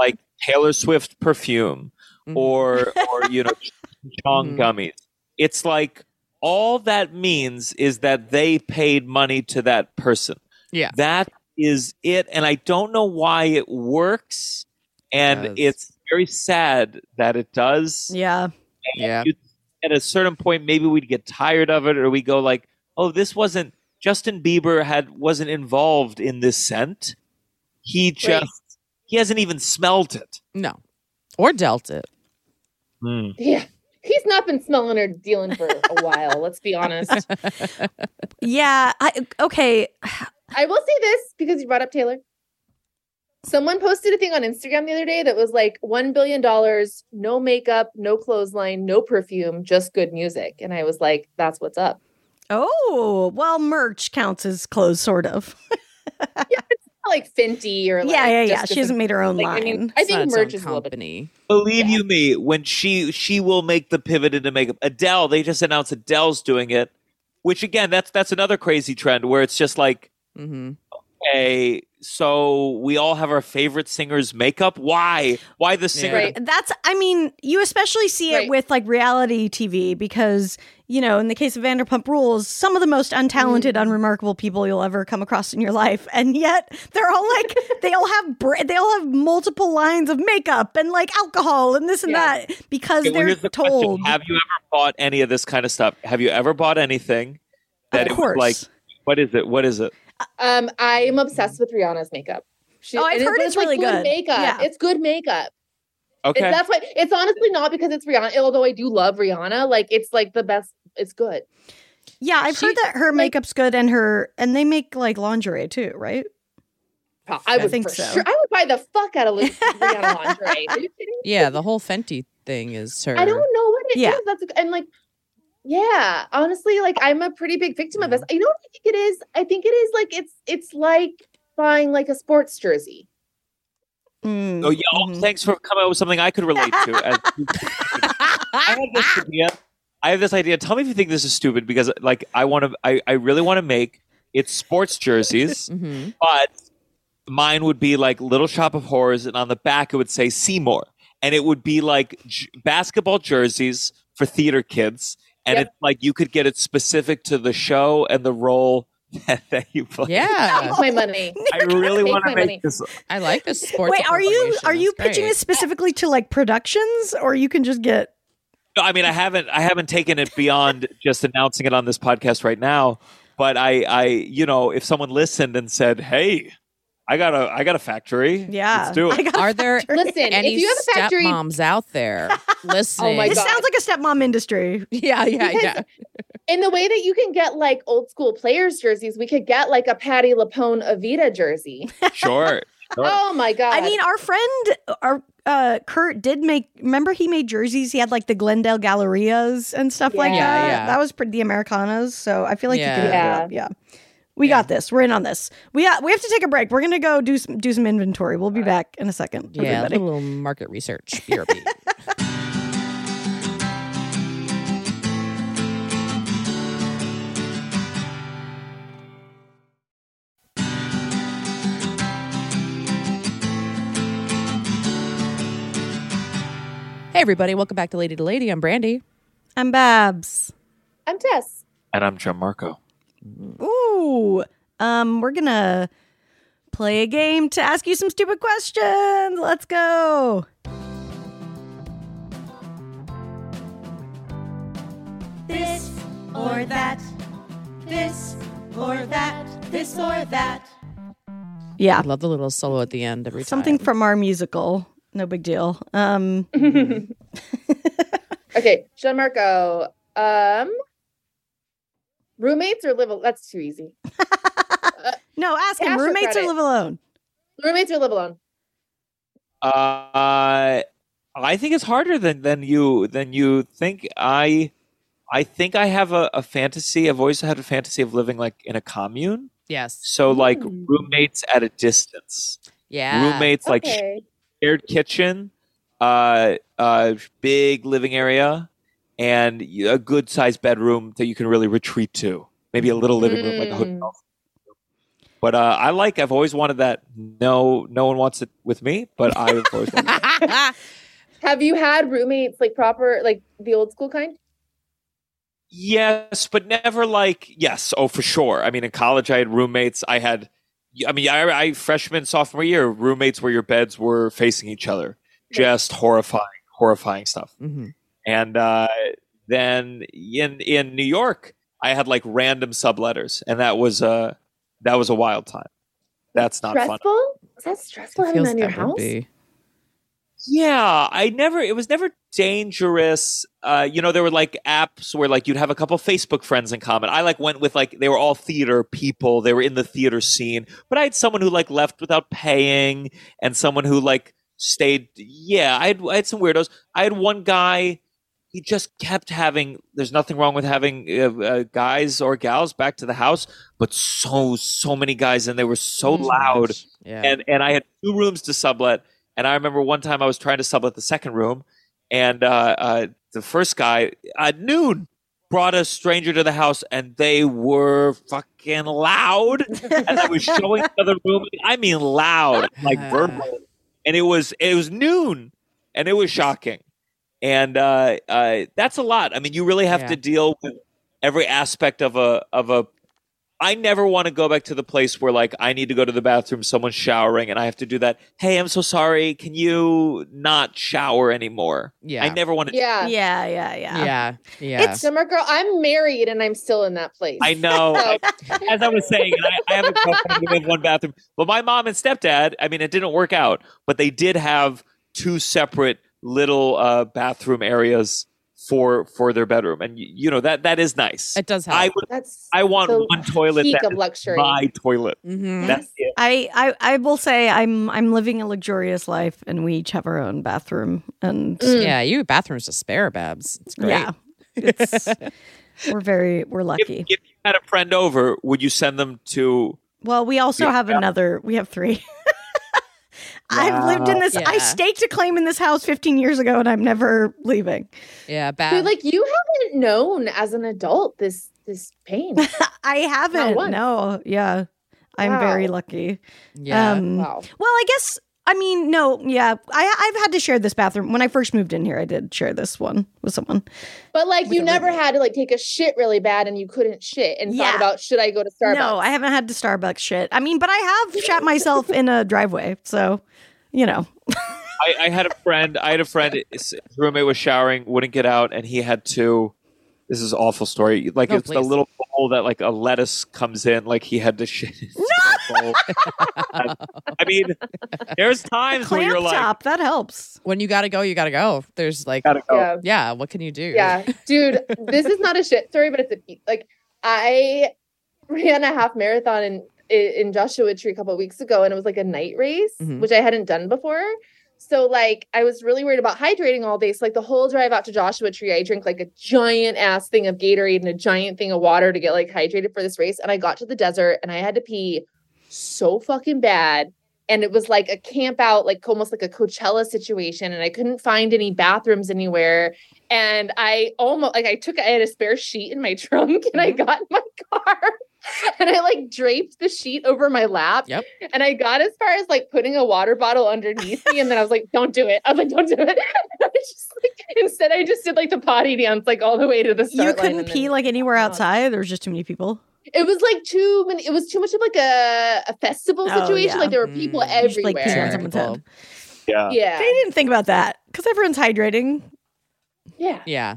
like taylor swift perfume
Mhm.
or or
<laughs>
you know chong
Mhm.
gummies it's like all that means is that they paid money to that person
Yeah.
that is it and i don't know why it works and
does.
it's very sad that it does
Yeah,
yeah.
at a certain point maybe we'd get tired of it or we go like oh this wasn't justin bieber had wasn't involved in this scent he just he hasn't even smelt it
No. Or dealt it.
Yeah. He's not been smelling or dealing for
<laughs>
a while, let's be honest.
yeah. I, okay,
I will say this because you brought up Taylor. Someone posted a thing on Instagram the other day that was like $1 billion, no makeup, no clothesline, no perfume, just good music. And I was like, that's what's up.
Oh, well, merch counts as clothes, sort of.
Not Like Fenty or like.
yeah, yeah, yeah.
just
She
different-
hasn't made her own
like, I
line.
mean, I
It's not
think
its
merch
own
is a little bit.
company.
believe you me when she she will make the pivot into makeup adele they just announced adele's doing it which again that's that's another crazy trend where it's just like
Mm-hmm.
hey so we all have our favorite singer's makeup why why the singer
Yeah.
Right.
That's, I mean, you especially see it
Right.
with like reality TV because, you know, in the case of Vanderpump Rules, some of the most untalented, unremarkable people you'll ever come across in your life. And yet they're all like, they all have, br- they all have multiple lines of makeup and like alcohol and this and
Yeah.
that because
Okay, well,
they're
here's the question.
told.
Have you ever bought any of this kind of stuff? Have you ever bought anything that
of
it was
course.
like what is it? What is it?
Um, I am obsessed with Rihanna's makeup. She,
Oh, I've
and
heard
but
it's really good.
makeup.
Yeah.
It's good makeup.
Okay.
It's, that's why it's honestly not because it's Rihanna. Although I do love Rihanna, like it's like the best. It's good.
yeah, I've
she-
heard that her
like-
makeup's good and her, and they make like lingerie too, right?
I would
think
for
so.
sure. I would buy the fuck out of
<laughs>
Lu- Rihanna lingerie. Are you kidding?
Yeah, the whole Fenty thing is her.
I don't know what it is.
Yeah.
That's a, and like, yeah, honestly, like I'm a pretty big victim of this.
Mm-hmm.
You know what I think it is? I think it is like it's it's like buying like a sports jersey.
Mm.
Oh yeah. oh,
Mhm.
Thanks for coming up with something I could relate to.
<laughs>
as- I have this idea. I have this idea. Tell me if you think this is stupid because like I want to. I, I really want to make it's sports
<laughs>
jerseys,
Mm-hmm.
but mine would be like Little Shop of Horrors, and on the back it would say Seymour, and it would be like j- basketball jerseys for theater kids. and
Yep.
it's like you could get it specific to the show and the role <laughs> that, that you play.
Yeah,
<laughs> That's my
<laughs>
money.
<laughs> I really
Take
want
my
to make
money.
this.
I like the sports.
Wait, are you
appropriation.
are you
That's
pitching
great.
this specifically to like productions, or you can just get?
No, I mean, I haven't. I haven't taken it beyond just announcing it on this podcast right now. But I, I, you know, if someone listened and said, "Hey, I got a, I got a factory.
Yeah,
let's
<laughs>
do it."
I got
Are there
Listen,
any
if you have a factory, Oh
stepmoms out
<laughs>
there listening?
my
This
God.
sounds like a stepmom industry.
<laughs> Yeah, yeah,
Because-
yeah.
in the way that you can get like old school players jerseys, we could get like a Patty Lapone Avita jersey.
Sure. sure.
<laughs> oh my god!
I mean, our friend, our uh, Kurt did make. Remember, he made jerseys. He had like the Glendale Gallerias and stuff like
Yeah.
that.
Yeah.
That was pretty the Americanas. So I feel like you
Yeah.
could yeah. up. Yeah, we got this. We're in on this. We got, we have to take a break. We're gonna go do some do some inventory. We'll be back in a second.
Yeah, a
everybody.
little market research. BRB. hey, everybody, welcome back to Lady to Lady. I'm Brandy.
I'm Babs.
I'm Tess.
And I'm Gianmarco.
Ooh, um, we're gonna play a game to ask you some stupid questions. Let's go. This or that. This or that. This or that.
I
Yeah,
love the little solo at the end every
something
time.
from our musical. No big deal. Um,
Okay, Gianmarco. Um, roommates or live? al- That's too easy.
no, ask him.
Ask for
Roommates or
credit.
live alone?
Roommates or live alone?
Uh, I think it's harder than than you than you think. I, I think I have a, a fantasy. I've always had a fantasy of living like in a commune.
Yes.
So like
Mm.
roommates at a distance.
Yeah. <laughs>
Roommates like
okay.
shared kitchen, uh, uh, big living area, and y- a good sized bedroom that you can really retreat to. Maybe a little living room, like a
Mm.
hotel. But uh, I like. I've always wanted that. No, no one wants it with me, but I've always wanted. It.
Have you had roommates like proper, like the old school kind?
Yes, but never like yes. Oh, for sure. I mean, in college, I had roommates. I had. I mean, I, I freshman sophomore year roommates where your beds were facing each other. Just horrifying, horrifying stuff.
Mhm.
and uh, then in in New York, I had like random subletters, and that was uh, that was a wild time. That's not fun.
stressful? Is that stressful having
Feels
that in your
that would
house?
be-
Yeah, I never. It was never dangerous. Uh, you know, there were like apps where like you'd have a couple Facebook friends in common. I like went with like they were all theater people. They were in the theater scene, but I had someone who like left without paying, and someone who like stayed. Yeah, I had I had some weirdos. I had one guy. He just kept having. There's nothing wrong with having uh, uh, guys or gals back to the house, but so so many guys, and they were so loud
Yeah.
and and I had two rooms to sublet. And I remember one time I was trying to sublet the second room, and uh, uh, the first guy at noon brought a stranger to the house, and they were fucking loud, and I was showing the other room. I mean, loud, like verbal. And it was it was noon, and it was shocking. And uh, uh, that's a lot. I mean, you really have
Yeah.
to deal with every aspect of a of a I never want to go back to the place where like I need to go to the bathroom, someone's showering, and I have to do that. Hey, I'm so sorry. Can you not shower anymore?
Yeah.
I never want to.
Yeah.
Yeah, yeah, yeah.
yeah. Yeah.
It's-
Summer girl, I'm married and I'm still in that place.
I
<laughs>
know.
So-
I- <laughs> as I was saying, and I, I have a girlfriend who have one bathroom, but my mom and stepdad. I mean, it didn't work out, but they did have two separate little uh, bathroom areas for for their bedroom, and y- you know that that is nice.
it does help.
I would.
That's
I want
the
one toilet
peak
that
of
is
luxury.
my toilet.
Mhm.
That's it.
I, I I will say I'm I'm living a luxurious life, and we each have our own bathroom, and
Yeah, you have bathrooms to spare, Babs. It's great.
Mm. yeah, it's <laughs> we're very we're lucky.
If, if you had a friend over, would you send them to?
Well, we also
Yeah.
have another. We have three. <laughs> I've lived in this. I
Yeah.
staked a claim in this house 15 years ago, and I'm never leaving.
Yeah,
But,
Babs.
like you haven't known as an adult this this pain.
I haven't.
once.
No, yeah, I'm very
Wow.
lucky.
yeah.
Um,
wow.
Well, I guess I mean, no, yeah. I I've had to share this bathroom. When I first moved in here, I did share this one with someone.
But like you never had to like take a shit really bad and you couldn't shit and
Yeah.
thought about should I go to Starbucks?
No, I haven't had to Starbucks shit. I mean, but I have shat myself in a driveway. So, you know.
I, I had a friend. I had a friend. His his roommate was showering, wouldn't get out, and he had to. This is an awful story. Like
No,
it's the
please.
little bowl that like a lettuce comes in. Like he had to <laughs> shit. No! <laughs> I mean, there's times where
Clamp
you're like,
top, that helps.
When you gotta go, you gotta go. There's like,
gotta go.
Yeah.
yeah, what can you do?
Yeah. Dude, this is not a shit story, but it's a like I ran a half marathon in in Joshua Tree a couple of weeks ago and it was like a night race,
Mm-hmm.
Mhm.
which I hadn't done before. So like I was really worried about hydrating all day. So like the whole drive out to Joshua Tree, I drank like a giant ass thing of Gatorade and a giant thing of water to get like hydrated for this race. And I got to the desert and I had to pee so fucking bad. And it was like a camp out, like almost like a Coachella situation. And I couldn't find any bathrooms anywhere. And I almost like I took I had a spare sheet in my <laughs> trunk and
Mm-hmm.
I got in my car <laughs> and I like draped the sheet over my lap.
Yep.
And I got as far as like putting a water bottle underneath me. And then I was like, don't do it. I was like, don't do it. <laughs> I was just like, instead, I just did like the potty dance, like all the way to the start.
You
line
couldn't
and then-
pee like anywhere outside. There was just too many people.
it was like too many. It was too much of like a, a festival
Oh,
situation.
yeah.
Like there were people
Mm.
You just, like,
everywhere.
pee on
Sure.
someone's head.
Cool.
Yeah.
yeah.
They didn't think about that because everyone's hydrating.
Yeah.
<laughs>
Yeah.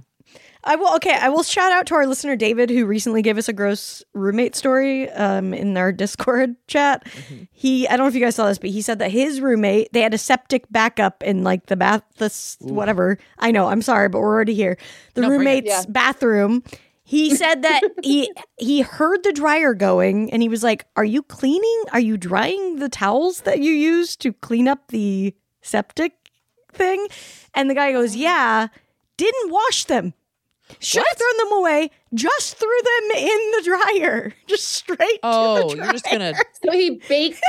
I will. Okay, I will shout out to our listener David, who recently gave us a gross roommate story um, in our <laughs> Discord chat. He, I don't know if you guys saw this, but he said that his roommate they had a septic backup in like the bath, the s- whatever. I know. I'm sorry, but we're already here. The
No, bring it.
roommate's
Yeah.
bathroom.
<laughs>
He said that he he heard the dryer going, and he was like, "Are you cleaning? Are you drying the towels that you use to clean up the septic thing?" And the guy goes, "Yeah." Didn't wash them. Should have thrown them away. Just threw them in the dryer. <laughs> Just straight.
Oh,
to the
you're just gonna.
So he baked.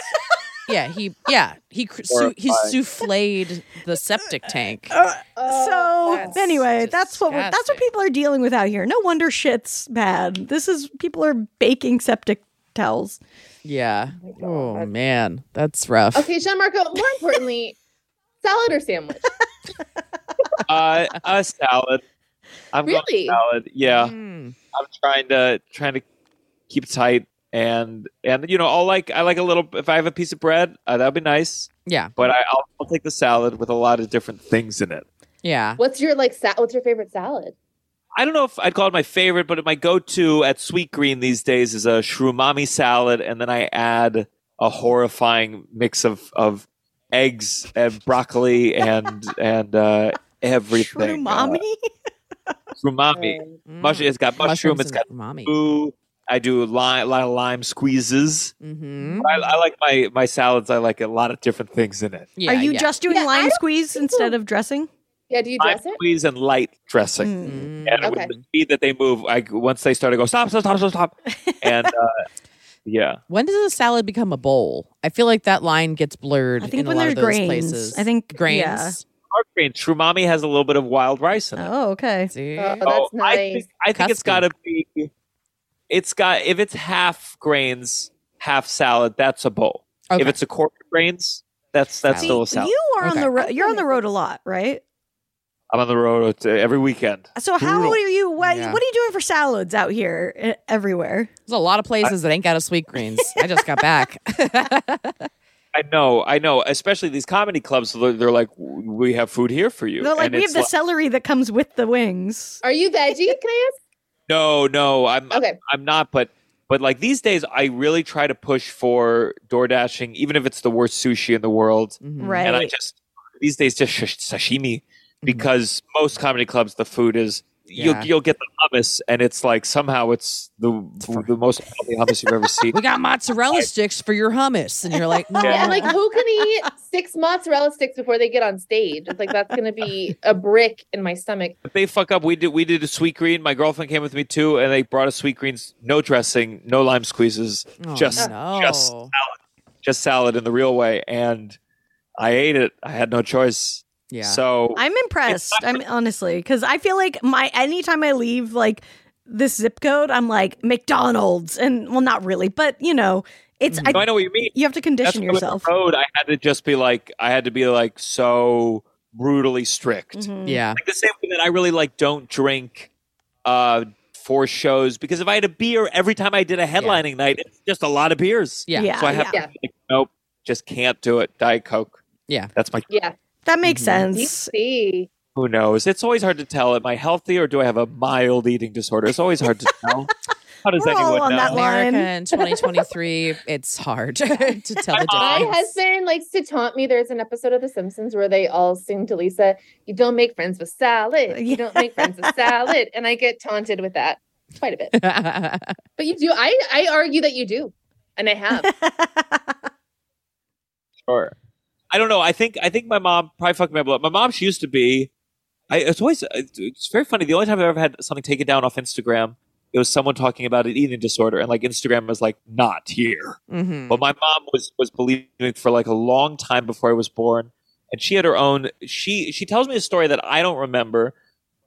Yeah, he. Yeah, he. cr- Su- he souffled the septic tank.
Oh so
that's
anyway, that's what we're, that's what
disgusting.
people are dealing with out here. No wonder shit's bad. This is people are baking septic towels.
Yeah. Oh, man, that's rough.
Okay, Sean Marco. More importantly, salad or sandwich?
Uh, a salad. I'm
Really?
going salad. Yeah.
Mm.
I'm trying to trying to keep tight and and you know I'll like I like a little if I have a piece of bread uh, that'd be nice
Yeah.
but I, I'll, I'll take the salad with a lot of different things in it.
Yeah.
What's your like? Sa- what's your favorite salad?
I don't know if I'd call it my favorite, but my go-to at Sweet Green these days is a shroomami salad, and then I add a horrifying mix of of eggs and broccoli and and uh, everything.
Shrumami?
uh, shroomami.
Um,
Mm.
Mush- it's got mushroom. It's got
Hmm. mommy.
boo. I do a lot, lot of lime squeezes.
Mm-hmm.
I, I like my my salads. I like a lot of different things in it.
Yeah,
are you
yeah.
just doing
Yeah, I
lime
don't
squeeze
think
instead
so.
of dressing?
Yeah. Do you
Lime
dress it?
squeeze and light dressing.
Mm.
Mm.
and
Okay.
with the speed that they move, I once they start to go stop, stop, stop, stop, stop,
<laughs>
and uh, yeah,
When does a salad become a bowl? I feel like that line gets blurred
I think
in
when
a lot
there's
of those
grains.
places.
I think-
grains.
yeah.
our green Trumami has a little bit of wild rice in it.
Oh, okay.
See?
Oh, that's
Oh, I
nice.
think, I think it's got to be. It's got if it's half grains, half salad. That's a bowl.
Okay.
If it's a quarter grains, that's that's
Salad.
still a
See,
salad.
you are on
Okay.
the ro- you're on the road a lot, right?
I'm on the road to- every weekend.
So how
Brutal.
are you? What,
Yeah.
what are you doing for salads out here, eh, everywhere?
There's a lot of places that ain't got a sweet greens. I just got back. <laughs>
I know, I know. Especially these comedy clubs, they're, they're like, we have food here for you.
They're like
And
we have
it's
the celery that comes with the wings.
Are you veggie? Can I
No, no, I'm
Okay.
I'm not, but but like these days, I really try to push for door dashing, even if it's the worst sushi in the world.
Mm-hmm.
Mhm.
Mm-hmm. Right.
And I just these days just sh- sashimi because most comedy clubs the food is
Yeah.
you'll you'll get the hummus and it's like somehow it's the the most healthy hummus you've ever seen.
We got mozzarella sticks for your hummus. And you're like, no.
ask? Yeah. And like, who can eat six mozzarella sticks before they get on stage? It's like that's gonna be a brick in my stomach.
But they fuck up. We did we did a sweet green. My girlfriend came with me too, and they brought us sweet greens, no dressing, no lime squeezes,
Oh,
just
no.
just salad, just salad in the real way. And I ate it. I had no choice.
yeah.
So
I'm impressed. I'm honestly because I feel like my anytime I leave like this zip code, I'm like McDonald's, and well, not really, but you know, It's
Mm-hmm. No, I
I,
know what you mean.
you have to
That's
condition
why with the
yourself.
Road, I had to just be like, I had to be like so brutally strict.
Mhm.
Yeah.
Like the same way that I really like don't drink uh for shows because if I had a beer every time I did a headlining night, it's just a lot of beers.
Yeah.
Yeah,
so I have
yeah.
to be like, nope, just can't do it. Diet Coke.
Yeah.
That's my
Yeah.
That makes
Mhm.
You
sense.
see.
who knows? It's always hard to tell. Am I healthy or do I have a mild eating disorder? It's always hard
<laughs>
to tell. How does
We're all
anyone
on
know?
that line.
America in 2023, it's hard <laughs> to tell
<laughs>
the
My
difference.
husband likes to taunt me. There's an episode of The Simpsons where they all sing to Lisa, You don't make friends with salad. You don't make friends with salad. And I get taunted with that quite a bit. But you do. I, I argue that you do. And I
<laughs>
have.
Sure. I don't know. I think I think my mom probably fucked me up. a lot. My mom, she used to be. I, it's always it's very funny. The only time I've ever had something taken down off Instagram, it was someone talking about an eating disorder, and like Instagram was like not here.
Mm-hmm.
Mhm.
But my mom was was believing for like a long time before I was born, and she had her own. She she tells me a story that I don't remember,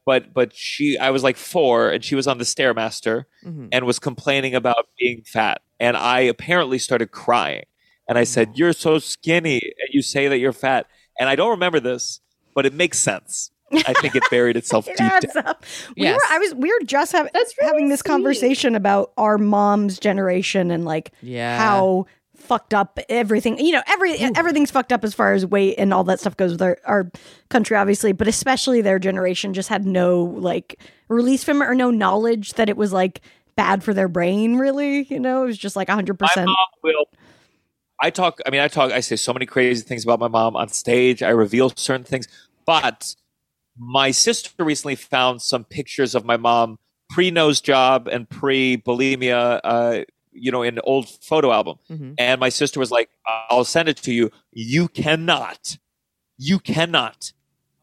but but she I was like four, and she was on the stairmaster,
Mm-hmm.
Mhm.
and was complaining about being fat. And I apparently started crying. And I
Mm.
said, You're so skinny. And you say that you're fat. And I don't remember this, but it makes sense. I think it buried itself deep
<laughs> It
down.
adds up. We
Yes.
were I was we were just hav-
That's really
having this
sweet.
conversation about our mom's generation and like
<laughs> Yeah.
how fucked up everything you know every everything's fucked up as far as weight and all that stuff goes with our, our country obviously but especially their generation just had no like release from it or no knowledge that it was like bad for their brain really you know it was just like 100%
My mom will. I talk. I mean, I talk. I say so many crazy things about my mom on stage. I reveal certain things. But my sister recently found some pictures of my mom pre nose job and pre bulimia. Uh, you know, in an old photo album.
Mhm.
And my sister was like, "I'll send it to you. You cannot. You cannot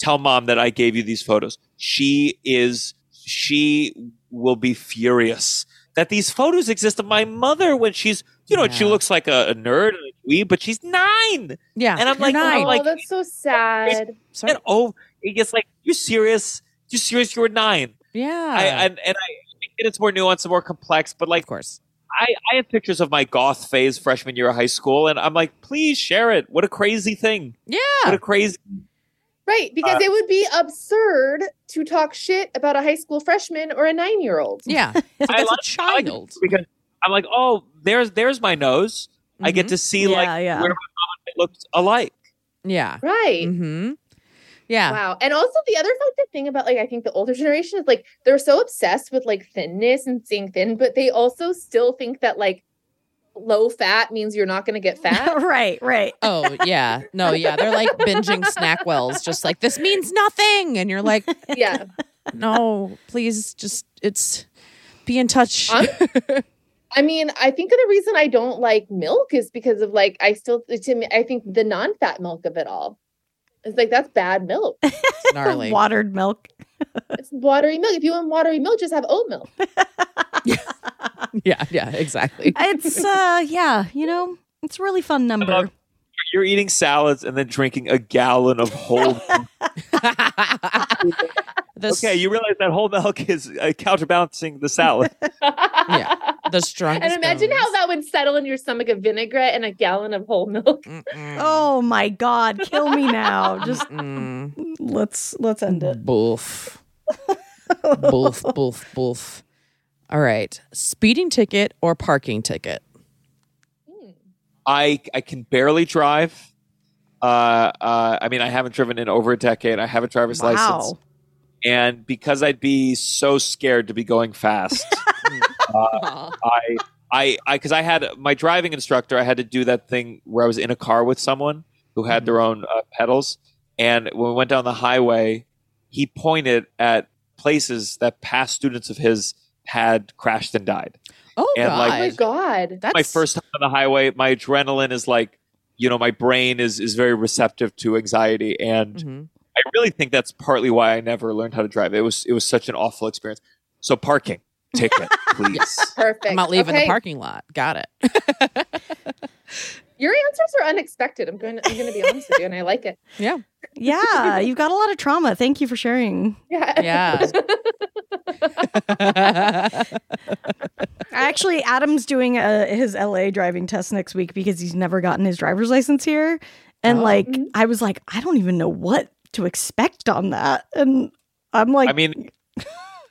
tell mom that I gave you these photos. She is. She will be furious." That these photos exist of my mother when she's you know, she
Yeah.
looks like a, a nerd and a dweeb, but she's nine.
Yeah.
And I'm like,
You're
I'm
nine.
like,
oh, that's so sad.
Sorry.
oh, it gets like, you serious? You serious? You were nine.
Yeah.
I, and and I, I get it's more nuanced and more complex, but like,
of course.
I, I have pictures of my goth phase freshman year of high school, and I'm like, please share it. What a crazy thing.
Yeah.
What a crazy.
Right. Because
Uh,
it would be absurd to talk shit about a high school freshman or a nine year old.
Yeah. <laughs> It's like,
I like-
that's a
I like it
child.
Because I'm like, oh, there's there's my nose. I get
Mhm.
to see
Yeah,
like
yeah.
where my mom and I looked alike.
Yeah.
Right.
Mm-hmm. Yeah.
Wow. And also the other fucked up thing about like I think the older generation is like they're so obsessed with like thinness and staying thin, but they also still think that like low fat means you're not gonna get
<laughs>
fat.
right right
Oh yeah, no, yeah. They're like binging snack wells, just like this means nothing, and you're like,
yeah.
no, please, just it's be in touch.
I'm- I mean, I think the reason I don't like milk is because of like I still to me I think the non-fat milk of it all. It's like that's bad milk.
It's gnarly.
watered milk
It's watery milk. If you want watery milk, just have oat milk.
<laughs> Yeah, yeah,
<laughs>
exactly.
it's uh yeah you know it's a really fun number
You're eating salads and then drinking a gallon of
<laughs>
whole
this,
Okay, you realize that whole milk is uh, counterbalancing the salad.
Yeah. the strongest.
And imagine how that would settle in your stomach a vinaigrette and a gallon of whole milk.
oh my god kill me now just
<laughs> Mm.
let's let's end it
Boof. boof, boof, boof. All right. Speeding ticket or parking ticket?
I I can barely drive. Uh, uh, I mean, I haven't driven in over a decade. I have a driver's license,
wow
and because I'd be so scared to be going fast, uh, I I I because I had my driving instructor. I had to do that thing where I was in a car with someone who had their own uh, pedals, and when we went down the highway, he pointed at places that past students of his had crashed and died.
Oh
And,
god.
like-
Oh <laughs> my god.
That's
my first time on the highway, my adrenaline is like, you know, my brain is is very receptive to anxiety, and
Mhm.
I really think that's partly why I never learned how to drive. It was it was such an awful experience. So parking ticket, please.
Perfect.
I'm not leaving
Okay.
the parking lot. Got it.
Your answers are unexpected. I'm going. To, I'm going to be honest with you, and I like it. <laughs>
yeah you've got a lot of trauma thank you for sharing
Yeah.
Yeah.
Actually, Adam's doing uh his LA driving test next week because he's never gotten his driver's license here. And like,
Mm-hmm.
I was like, I don't even know what to expect on that. And I'm like,
I mean,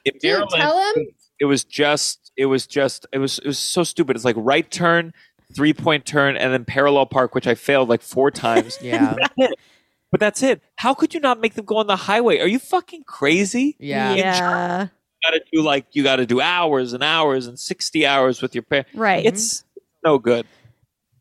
in
Dude,
Maryland,
tell him.
it was just, it was just, it was, it was so stupid. It's like right turn, three point turn, and then parallel park, which I failed like four times.
Yeah.
<laughs> but that's it. How could you not make them go on the highway? Are you fucking crazy?
Yeah.
yeah,
You gotta do like, you gotta do hours and hours and 60 hours with your parents.
right.
It's no good.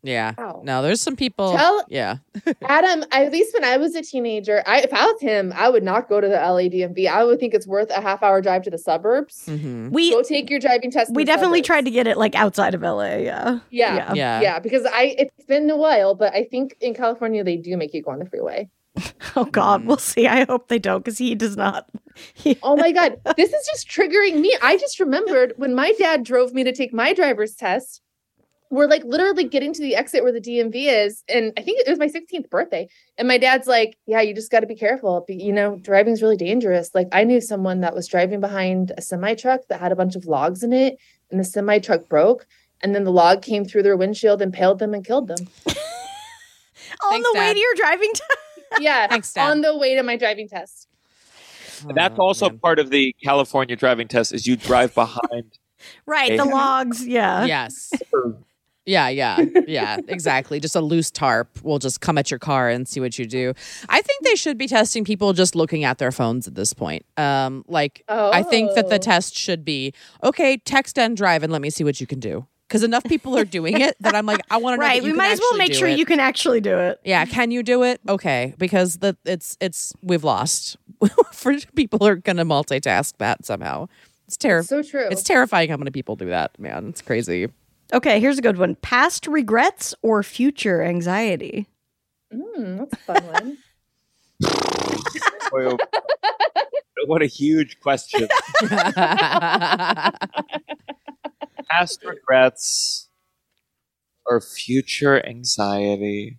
Yeah.
Wow.
No, there's some people.
Tell-
yeah.
Adam, at least when I was a teenager, I, if I was him, I would not go to the LADMV. I would think it's worth a half hour drive to the suburbs.
hmm
we
Go take your driving test. in
we
the
definitely
suburbs.
tried to get it like outside of LA. Yeah,
Yeah.
yeah.
Yeah.
Yeah. because I it's been a while, but I think in California they do make you go on the freeway.
Oh God, we'll see. I hope they don't because he does not. <laughs> He,
Oh my
<laughs>
god, this is just triggering me. I just remembered when my dad drove me to take my driver's test. We're like literally getting to the exit where the DMV is, and I think it was my 16th birthday. And my dad's like, "Yeah, you just got to be careful. But, you know, driving's really dangerous." Like I knew someone that was driving behind a semi truck that had a bunch of logs in it, and the semi truck broke, and then the log came through their windshield, impaled them, and killed
<laughs>
them.
on
Thanks,
the way
Dad.
to your driving test.
yeah.
Thanks, Dad.
on the way to my driving test.
That's
Oh,
also
man.
part of the California driving test is you drive behind.
Right, the
Yeah.
logs. Yeah.
Yes. Yeah, yeah,
<laughs>
yeah, exactly. Just a loose tarp will just come at your car and see what you do. I think they should be testing people just looking at their phones at this point. Um, like, I think that the
Oh.
test should be okay, text and drive and let me see what you can do. Because enough people are doing it that I'm like, I want to know. that
Right.
you
We
can
might as well
actually
make
do
sure
it.
you can actually do it.
Yeah, can you do it? Okay, because the it's it's we've lost. <laughs> For people are gonna multitask that somehow. It's terrifying.
So true.
It's terrifying how many people do that, man. It's
<laughs>
crazy. <laughs>
Okay, here's a good one. Past regrets or future anxiety?
Mm, that's a fun one.
Boy, oh, what a huge question. Past regrets or future anxiety.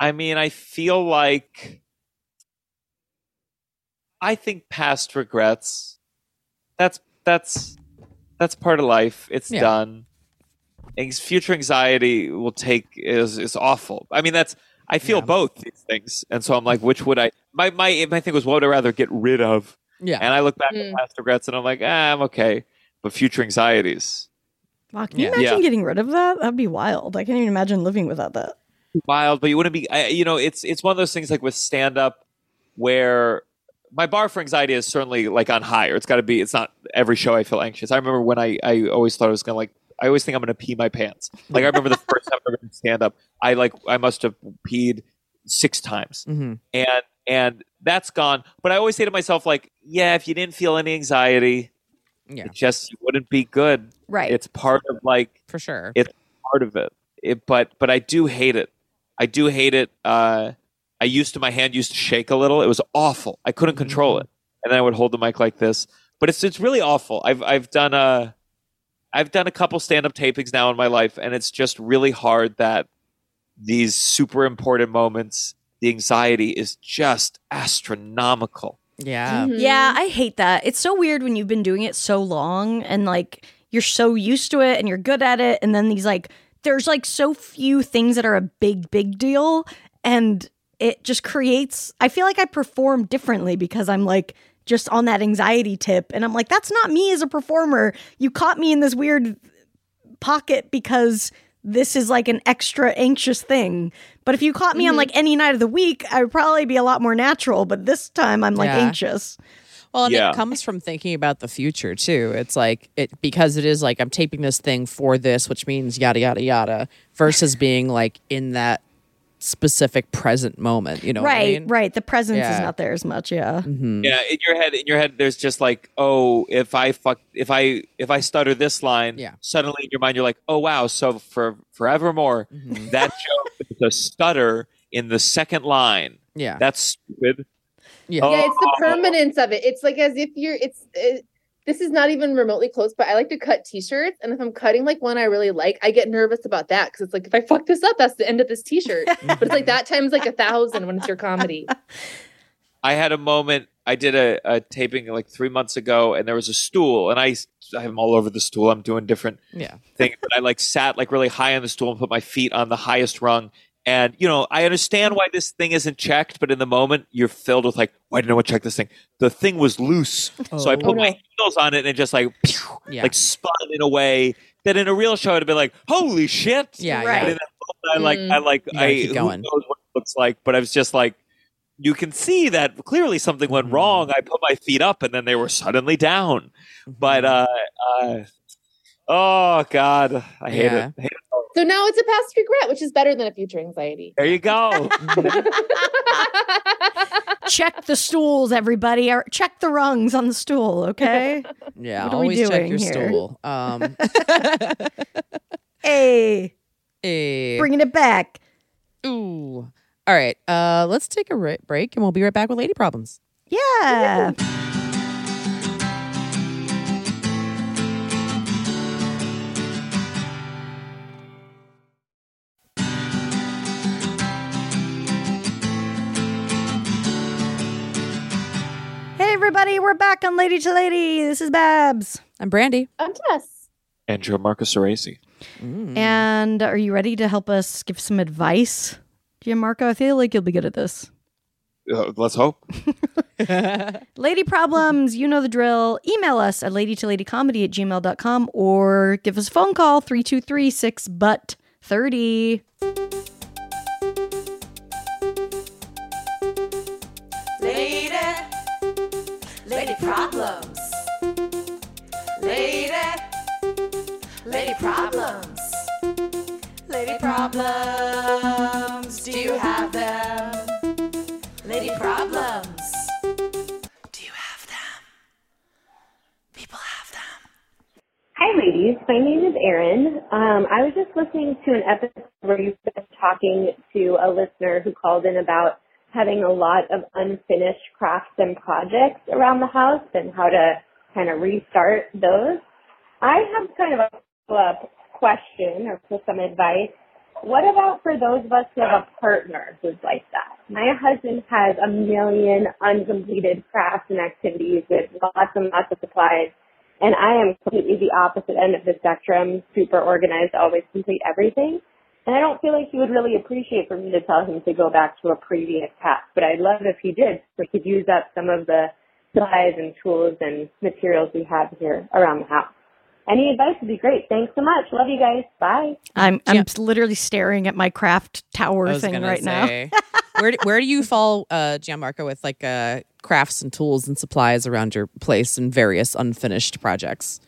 I mean, I feel like I think past regrets. That's that's that's part of life. It's
Yeah.
done. Anx- Future anxiety will take is is awful. I mean, that's I feel both these things, and so I'm like, which would I? My my my thing was, what would I rather get rid of?
yeah.
And I look back
Mm.
at past regrets, and I'm like, ah, I'm okay. But future anxieties,
Wow, can you
Yeah.
imagine
Yeah.
getting rid of that? That'd be wild. I can't even imagine living without that.
wild. But you wouldn't be, I, you know, it's it's one of those things like with stand up, where my bar for anxiety is certainly like on higher. It's got to be. It's not every show I feel anxious. I remember when I I always thought I was gonna like. I always think I'm gonna pee my pants. Like I remember the first time I ever did stand up, I like I must have peed six times.
Mm-hmm.
and and that's gone. But I always say to myself, like, yeah, if you didn't feel any anxiety,
Yeah.
it just wouldn't be good.
Right.
It's part of like
For sure.
It- part of it. it. But but I do hate it. I do hate it. Uh, I used to my hand used to shake a little. It was awful. I couldn't control
Mm-hmm.
it, and then I would hold the mic like this. But it's it's really awful. I've I've done a I've done a couple stand up tapings now in my life, and it's just really hard that these super important moments, the anxiety is just astronomical.
<laughs> yeah.
Mhm.
Yeah, I hate that. It's so weird when you've been doing it so long and like you're so used to it and you're good at it. And then these like, there's like so few things that are a big, big deal. And it just creates, I feel like I perform differently because I'm like, just on that anxiety tip. And I'm like, that's not me as a performer. You caught me in this weird pocket because this is like an extra anxious thing. But if you caught me on like any night of the week, I would probably be a lot more natural. But this time I'm like
Yeah.
anxious.
Well, and
Yeah.
it comes from thinking about the future too. It's like it because it is like I'm taping this thing for this, which means yada yada yada, versus being like in that specific present moment. You know
right,
what I mean?
right. The presence is
Yeah.
not there as much. Yeah.
Mm-hmm.
Yeah, in your head, in your head, there's just like, oh, if I fuck, if I if I stutter this line,
Yeah.
suddenly in your mind you're like, oh wow, so for forevermore,
Mm-hmm.
that joke is a stutter in the second line.
Yeah.
That's stupid.
Yeah.
Oh,
Yeah, it's the permanence of it. It's like as if you're. It's it, this is not even remotely close, but I like to cut T-shirts, and if I'm cutting like one I really like, I get nervous about that because it's like if I fuck this up, that's the end of this T-shirt. but it's like that times like a thousand when it's your comedy.
I had a moment I did a, a taping like three months ago, and there was a stool, and I I'm all over the stool. I'm doing different
Yeah.
thing. But I like sat like really high on the stool and put my feet on the highest rung. And you know, I understand why this thing isn't checked, but in the moment you're filled with like, why didn't no one check this thing? The thing was loose, so I put my heels on it and it just like, <laughs> pew,
Oh. Yeah.
like spun in a way that in a real show I'd have been like, holy shit!
Yeah, Mm.
But
yeah.
in that moment, I like, I like,
You gotta
I
keep
who
going.
knows what it looks like, but I was just like, you can see that clearly something went
Mhm.
wrong. I put my feet up and then they were suddenly down. But uh, uh oh god, I hate
Mm-hmm. Yeah.
it. I hate it.
So now it's a past regret, which is better than a future anxiety. <laughs>
There you
<laughs>
go.
<laughs>
<laughs>
check the stools, everybody. Or check the rungs on the stool, okay?
<laughs> Yeah,
What are we
always check
doing
your
here?
stool. Um,
<laughs> hey,
eh,
bringing it back.
ooh. All right, uh, let's take a ri- break and we'll be right back with lady problems.
Yeah. Hey everybody, we're back on Lady to Lady. This is Babs.
I'm Brandy.
Um, yes.
Andrew Marcus Aracy.
Mm.
And are you ready to help us give some advice? Gianmarco, I feel like you'll be good at this.
Uh, let's hope.
Lady problems, you know the drill. Email us at ladytoladycomedy at gmail.com or give us a phone call 323 6 but 30.
Hi, ladies. My name is Erin. Um, I was just listening to an episode where you were talking to a listener who called in about having a lot of unfinished crafts and projects around the house and how to kind of restart those. I have kind of a follow-up question or for some advice. What about for those of us who have a partner who's like that? My husband has a million uncompleted crafts and activities with lots and lots of supplies. And I am completely the opposite end of the spectrum, super organized, always complete everything. And I don't feel like he would really appreciate for me to tell him to go back to a previous task, but I'd love if he did, so we could use up some of the supplies and tools and materials we have here around the house. Any advice would be great. Thanks so much. Love you guys. Bye.
I'm, I'm
Yeah.
literally staring at my craft
I
tower
was
thing
gonna
right now.
say, where do, where do you fall, uh, Gianmarco, with like uh, crafts and tools and supplies around your place and various unfinished projects?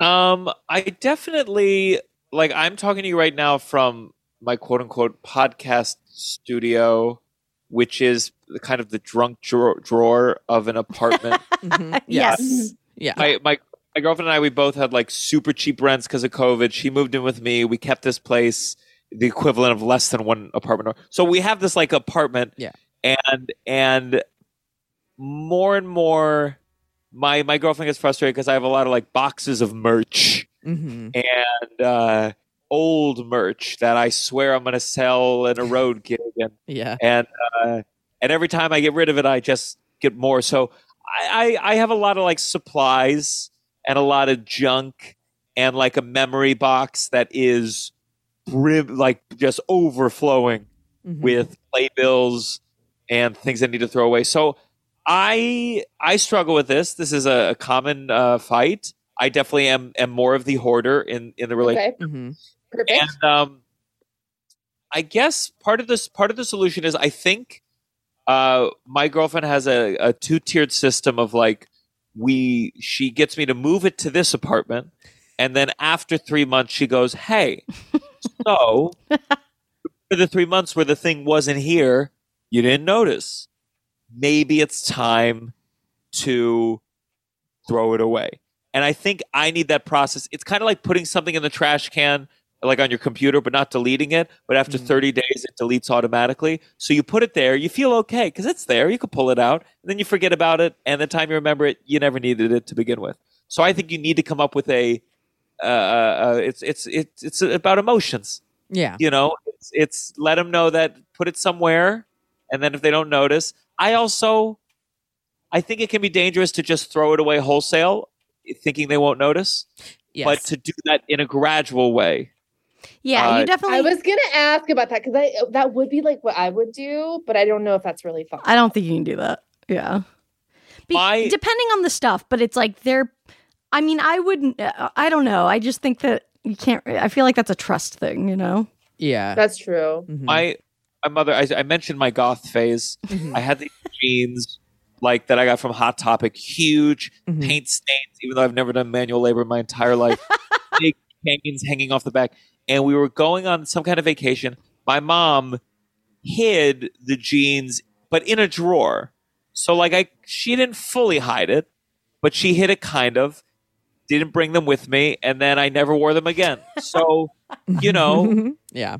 Um, I definitely like. I'm talking to you right now from my quote unquote podcast studio, which is the kind of the drunk drawer, drawer of an apartment.
Mm-hmm.
Mhm.
<laughs> Yes.
<laughs> Yeah.
my my my girlfriend and I we both had like super cheap rents because of COVID. She moved in with me. We kept this place the equivalent of less than one apartment. So we have this like apartment.
Yeah.
And and more and more my my girlfriend gets frustrated because I have a lot of like boxes of merch
hmm
and uh old merch that I swear I'm gonna sell at a road gig and
Yeah.
and uh, and every time I get rid of it, I just get more. So I, I I have a lot of like supplies and a lot of junk and like a memory box that is brim, like just overflowing
Mhm.
with playbills and things I need to throw away. So I I struggle with this. This is a, a common uh, fight. I definitely am am more of the hoarder in in the relationship.
Okay.
Mhm.
Perfect.
And um, I guess part of this part of the solution is I think uh, my girlfriend has a, a two tiered system of like we she gets me to move it to this apartment, and then after three months she goes, hey, so for the three months where the thing wasn't here, you didn't notice. Maybe it's time to throw it away. And I think I need that process. It's kind of like putting something in the trash can, like on your computer, but not deleting it. But after
Mm.
30 days, it deletes automatically. So you put it there, you feel okay because it's there. You can pull it out. And then you forget about it. And the time you remember it, you never needed it to begin with. So I think you need to come up with a. Uh, uh, uh, it's it's it's it's about emotions
Yeah.
you know it's, it's let them know that put it somewhere and then if they don't notice i also I think it can be dangerous to just throw it away wholesale, thinking they won't notice.
Yes.
But to do that in a gradual way.
Yeah,
Uh,
you definitely.
I was gonna ask about that because I that would be like what I would do, but I don't know if that's really fun.
I don't think you can do that. Yeah. Be-
My-
depending on the stuff, but it's like they're. I mean, I wouldn't. uh, I don't know. I just think that you can't. I feel like that's a trust thing, you know?
Yeah.
That's true.
Mhm.
my my mother I, I mentioned my goth phase i had these jeans like that i got from hot topic huge
Mhm.
paint stains even though i've never done manual labor in my entire life big chains hanging off the back and we were going on some kind of vacation my mom hid the jeans but in a drawer so like i she didn't fully hide it but she hid it kind of didn't bring them with me and then i never wore them again so you know
yeah.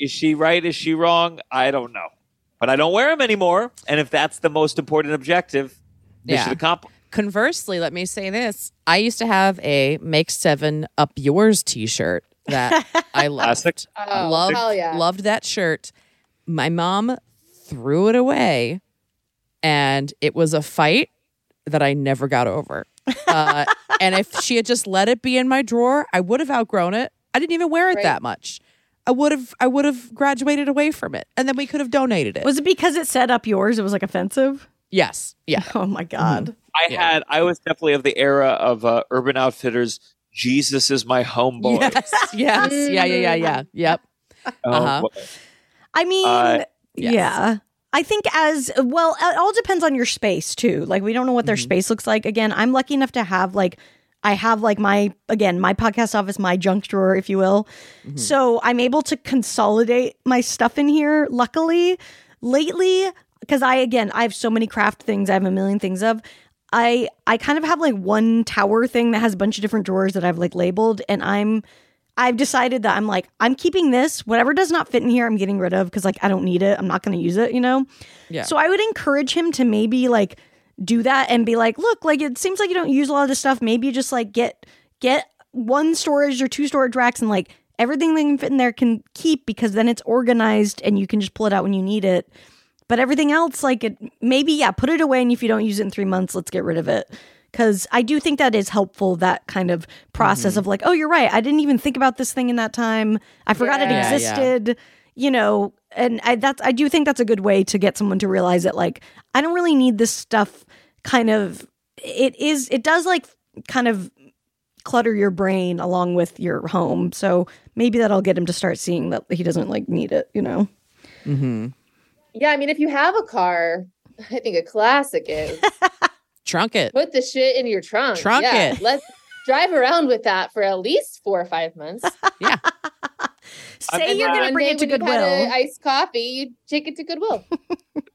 is she right? Is she wrong? I don't know. But I don't wear them anymore. And if that's the most important objective, mission
Yeah.
accomplished.
Conversely, let me say this. I used to have a make seven up yours t shirt
<laughs>
that I loved.
Classic.
Oh,
loved,
hell yeah.
loved that shirt. My mom threw it away, and it was a fight that I never got over. Uh, and if she had just let it be in my drawer, I would have outgrown it. I didn't even wear it that much. I would have I would have graduated away from it, and then we could have donated it.
Was it because it set up yours? It was like offensive?
yes, yeah,
<laughs> Oh my God.
I had, I was definitely of the era of uh, Urban Outfitters. Jesus is my homeboy.
yes, yes, yeah, yeah, yeah, yeah, yep.
<laughs> Oh,
uh-huh.
boy.
I mean,
Uh,
yes.
yeah. I think as well, it all depends on your space too. Like, we don't know what their space looks like. Again, I'm lucky enough to have like, I have like my, again, my podcast office, my junk drawer, if you will. So I'm able to consolidate my stuff in here, luckily. Lately, because I, again, I have so many craft things, I have a million things of. I, I kind of have like one tower thing that has a bunch of different drawers that I've like labeled, and I'm I've decided that I'm like, I'm keeping this. Whatever does not fit in here, I'm getting rid of because like I don't need it. I'm not going to use it, you know?
Yeah.
So I would encourage him to maybe like do that and be like, look, like it seems like you don't use a lot of this stuff. Maybe just like get get one storage or two storage racks and like everything that can fit in there can keep because then it's organized and you can just pull it out when you need it. But everything else, like it maybe, yeah, put it away and if you don't use it in three months, let's get rid of it. Cause I do think that is helpful, that kind of process
Mm-hmm.
of like, oh, you're right. I didn't even think about this thing in that time. I forgot
Yeah.
Yeah,
it
yeah.
existed. You know, and I that's I do think that's a good way to get someone to realize that like, I don't really need this stuff kind of it is it does like kind of clutter your brain along with your home. So maybe that'll get him to start seeing that he doesn't like need it, you know.
Mm-hmm.
Yeah, I mean, if you have a car, I think a classic is <laughs>
Trunk it. <laughs>
put the shit in your trunk.
Trunk
yeah,
it.
Let's drive around with that for at least four or five
<laughs>
months.
I
Say
mean,
you're
uh,
going to
One
bring
day
it to
when you've had
Goodwill.
a iced coffee, you take it to
<laughs>
Goodwill.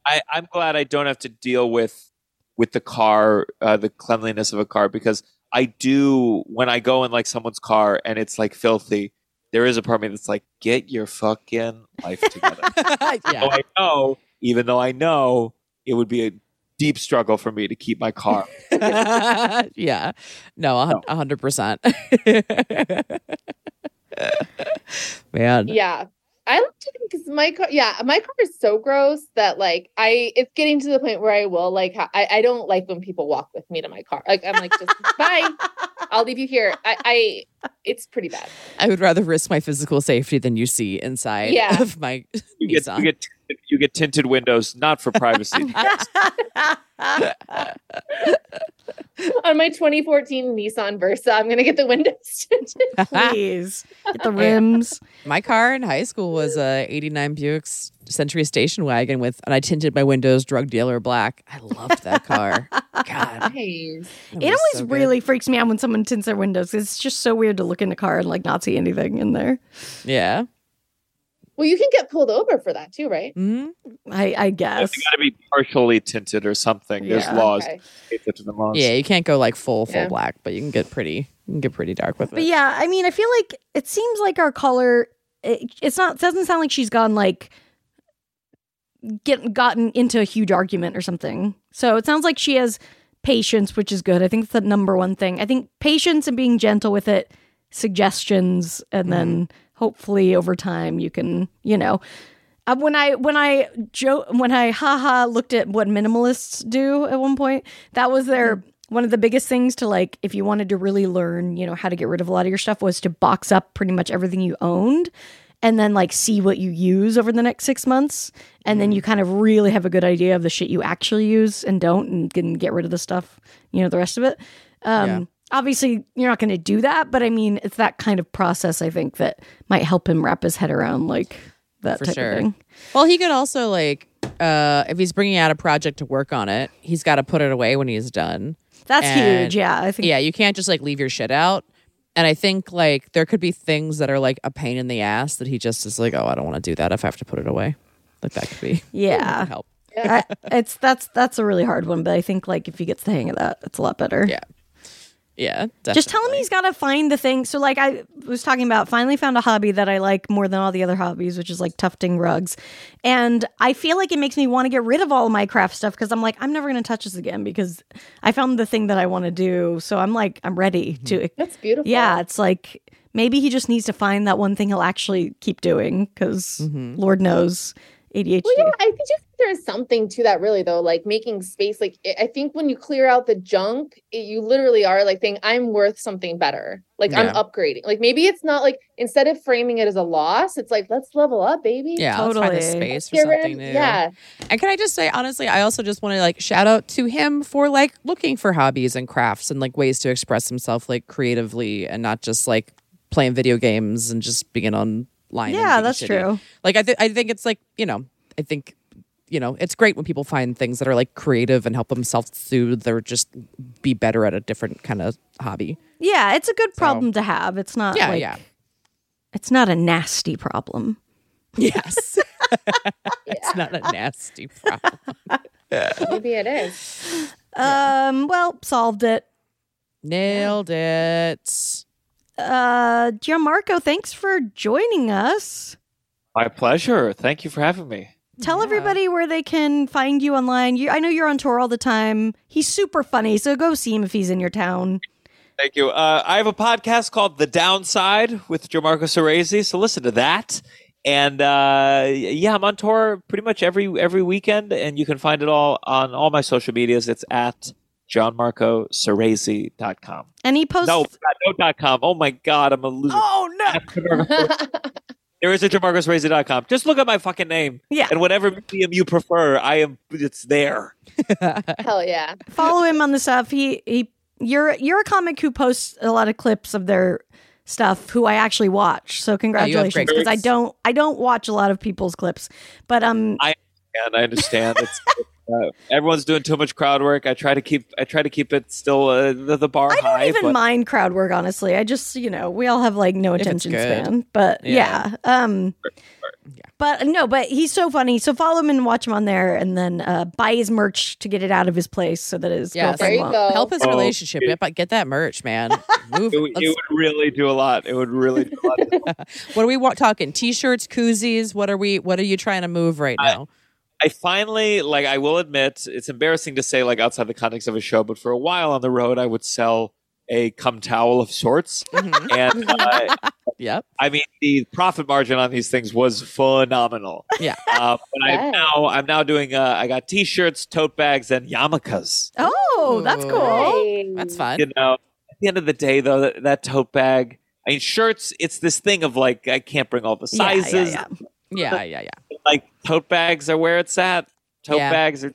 I, I'm glad I don't have to deal with with the car, uh, the cleanliness of a car, because I do when I go in like someone's car and it's like filthy. There is a part of me that's like, get your fucking
<laughs>
life together.
yeah. <laughs>
though I know, even though I know it would be a deep struggle for me to keep my
<laughs>
car.
yeah. No, a hun- a hundred percent. <laughs> Man.
yeah. I like to think because my car, yeah, my car is so gross that like I, it's getting to the point where I will like, ha- I, I don't like when people walk with me to my car. Like I'm like,
<laughs>
just bye, I'll leave you here. I, I, it's pretty bad.
I would rather risk my physical safety than you see inside
Yeah.
of my
You get,
Nissan.
you, get, you get tinted windows, not for
<laughs>
privacy.
On my 2014 Nissan Versa, I'm gonna get the <laughs> windows.
<laughs>
tinted.
<laughs> Please. Get the rims.
my car in high school was a 89 Buick S- Century Station wagon with and I tinted my windows drug dealer black. I loved that
<laughs>
car. God.
nice.
that
It
was
always
so good.
really freaks me out when someone tints their windows. 'cause It's just so weird to look in the car and like not see anything in there.
Yeah.
Well, you can get pulled over for that too, right?
hmm
I, I
You
guess.
got to be partially tinted or something. There's
Yeah.
laws.
Okay.
It's up to the laws.
Yeah, you can't go like full, full
Yeah.
black, but you can get pretty you can get pretty dark with
But
it.
yeah, I mean, I feel like it seems like our caller. It, it's not. It doesn't sound like she's gone like get gotten into a huge argument or something. So it sounds like she has patience, which is good. I think that's the number one thing. I think patience and being gentle with it, suggestions, and then hopefully over time you can, you know. Uh, when I when I joke when I haha looked at what minimalists do at one point, that was their one of the biggest things to like if you wanted to really learn, you know, how to get rid of a lot of your stuff was to box up pretty much everything you owned and then like see what you use over the next 6 months and then you kind of really have a good idea of the shit you actually use and don't and can get rid of the stuff, you know, the rest of it. Um
Yeah.
obviously you're not going to do that, but I mean, it's that kind of process I think that might help him wrap his head around like that
For
type
sure.
of thing.
Well, he could also like uh if he's bringing out a project to work on it, he's got to put it away when he's done.
That's
And-
huge. Yeah, I think.
Yeah, you can't just like leave your shit out. And I think like there could be things that are like a pain in the ass that he just is like, "Oh, I don't want to do that if I have to put it away." Like that could be
Yeah,
help.
I, it's that's that's a really hard one, but I think like if he gets the hang of that, it's a lot better.
Yeah. Yeah, definitely.
Just tell him he's got to find the thing. So, like I was talking about, finally found a hobby that I like more than all the other hobbies, which is like tufting rugs. And I feel like it makes me want to get rid of all my craft stuff because I'm like, I'm never going to touch this again because I found the thing that I want to do. So I'm like, I'm ready to.
Mm-hmm. That's beautiful.
Yeah, it's like maybe he just needs to find that one thing he'll actually keep doing because Lord knows ADHD.
Mm-hmm. Well, yeah, I think just there is something to that, really, though. Like making space. Like I I think when you clear out the junk, it, you literally are like saying, "I'm worth something better." Like I'm
Yeah.
upgrading. Like maybe it's not like instead of framing it as a loss, it's like let's level up, baby.
Yeah, let's find a
Totally.
space for
Get rid-
something new. <laughs>
Yeah.
And can I just say honestly, I also just want to like shout out to him for like looking for hobbies and crafts and like ways to express himself like creatively and not just like playing video games and just being online. and
Yeah,
being
that's
shitty.
true.
Like I, th- I think it's like you know, I think you know, it's great when people find things that are like creative and help themselves soothe or just be better at a different kind of hobby.
Yeah, it's a good problem to have. It's not
Yeah,
Uh, like <laughs>
yeah,
it's not a nasty problem.
yes. <laughs> it's not a nasty problem.
maybe it
<laughs>
is.
Um, well, solved it.
Nailed it.
Uh Gianmarco, thanks for joining us.
My pleasure. Thank you for having me.
Tell everybody where they can find you online. You, I know you're on tour all the time. He's super funny, so go see him if he's in your town.
Thank you. Uh, I have a podcast called The Downside with Gianmarco Cerezi, so listen to that. And uh, yeah, I'm on tour pretty much every every weekend, and you can find it all on all my social medias. It's at johnmarcocerezi.com.
And he posts
No, no dot com. Oh my god, I'm a loser. Oh no. there is a JamarcusRazy.com. Just look at my fucking name.
Yeah.
And whatever medium you prefer, I am it's there.
Hell yeah.
follow him on the stuff. He he you're you're a comic who posts a lot of clips of their stuff who I actually watch. So
you have
congratulations
great
because I
clips.
don't I don't watch a lot of people's clips. But um
And I understand
<laughs>
it's uh, everyone's doing too much crowd work. I try to keep I try to keep it still uh, the, the bar
I don't
high.
even
but
mind crowd work, honestly. I just, you know, we all have like no
it's
attention
good.
span. But yeah.
Yeah.
Um but no, but he's so funny. So follow him and watch him on there and then uh, buy his merch to get it out of his place so that his
Yes.
girlfriend
There you
won't.
go.
Help his
Oh,
relationship.
it-
Yep, but get that merch, man. Move.
it, would- it
Let's-
would really do a lot. It would really do a lot.
<laughs>
what are we wa- talking? T-shirts, koozies. What are we? What are you trying to move right now?
I finally like I will admit it's embarrassing to say like outside the context of a show, but for a while on the road I would sell a cum towel of sorts.
Mm-hmm.
And
<laughs>
uh,
yep.
I mean, the profit margin on these things was phenomenal.
Yeah.
Uh, but
Yeah.
I'm now I'm now doing. Uh, I got T-shirts, tote bags, and yarmulkes.
Oh, that's
Ooh.
cool.
That's fun.
You know, at the end of the day, though, that, that tote bag. I mean, shirts. It's this thing of like I can't bring all the
Yeah, yeah,
sizes.
yeah.
Yeah, yeah, yeah.
Like tote bags are where it's at. Tote
Yeah.
bags are.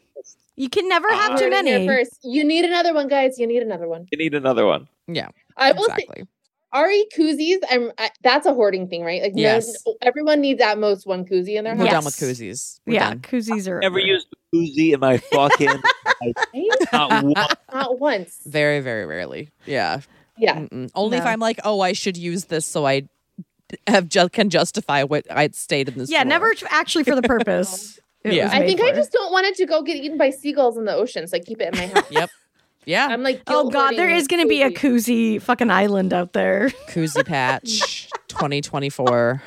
You can never have
Ah.
too
Heard it here
many.
First. You need another one, guys. You need another one.
You need another one.
I will say
Exactly.
Ari koozies. I'm I, that's a hoarding thing, right? Like
Yes.
no, everyone needs at most one koozie in their
We're
house.
done with koozies. We're
yeah,
done.
koozies are
Never used a koozie in my fucking. life.
Right?
Not
<laughs>
one.
Not
<laughs>
once.
Very, very rarely. Yeah.
Yeah.
Mm-mm. Only if
No.
I'm like, oh, I should use this, so I have ju- can justify what I'd stayed in this.
Yeah,
drawer.
never t- actually for the purpose. it
Yeah.
was
I
made
think I
for.
just don't want it to go get eaten by seagulls in the ocean, so I keep it in my house.
<laughs> Yep. Yeah.
I'm like,
Oh
guilt
god, there
hoarding
is going to be a
koozies.
koozie fucking island out there.
Koozie patch 2024.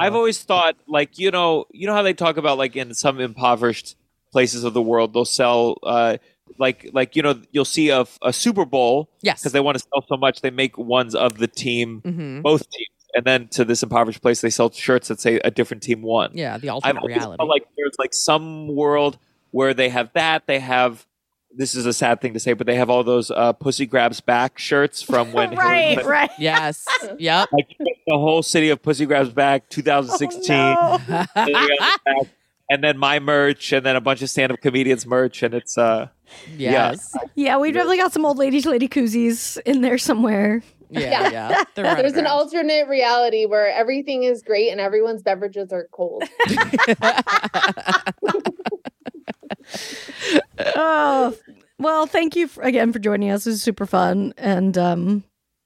I've
Uh-huh.
always thought like you know you know how they talk about like in some impoverished places of the world they'll sell uh, like like you know you'll see a, a Super Bowl
Yes.
because they want to sell so much they make ones of the team
Mm-hmm.
both teams and then to this impoverished place, they sell shirts that say a different team won.
Yeah, the
I've
alternate
always
reality.
felt like there's like some world where they have that. They have this is a sad thing to say, but they have all those uh, pussy grabs back shirts from
<laughs>
<laughs>
when Hillary
right,
Clinton-
right.
yes. Yep.
like the whole city of pussy grabs back 2016. Pussy Grabs Back, and then my merch, and then a bunch of stand-up comedians merch, and it's uh
Yes.
Yeah, we definitely got some old ladies, lady koozies in there somewhere.
Yeah. Yeah.
Yeah.
<laughs>
They're
There's an
underground.
alternate reality where everything is great and everyone's beverages are cold.
Oh, well, thank you for, again for joining us. It was super fun, and um,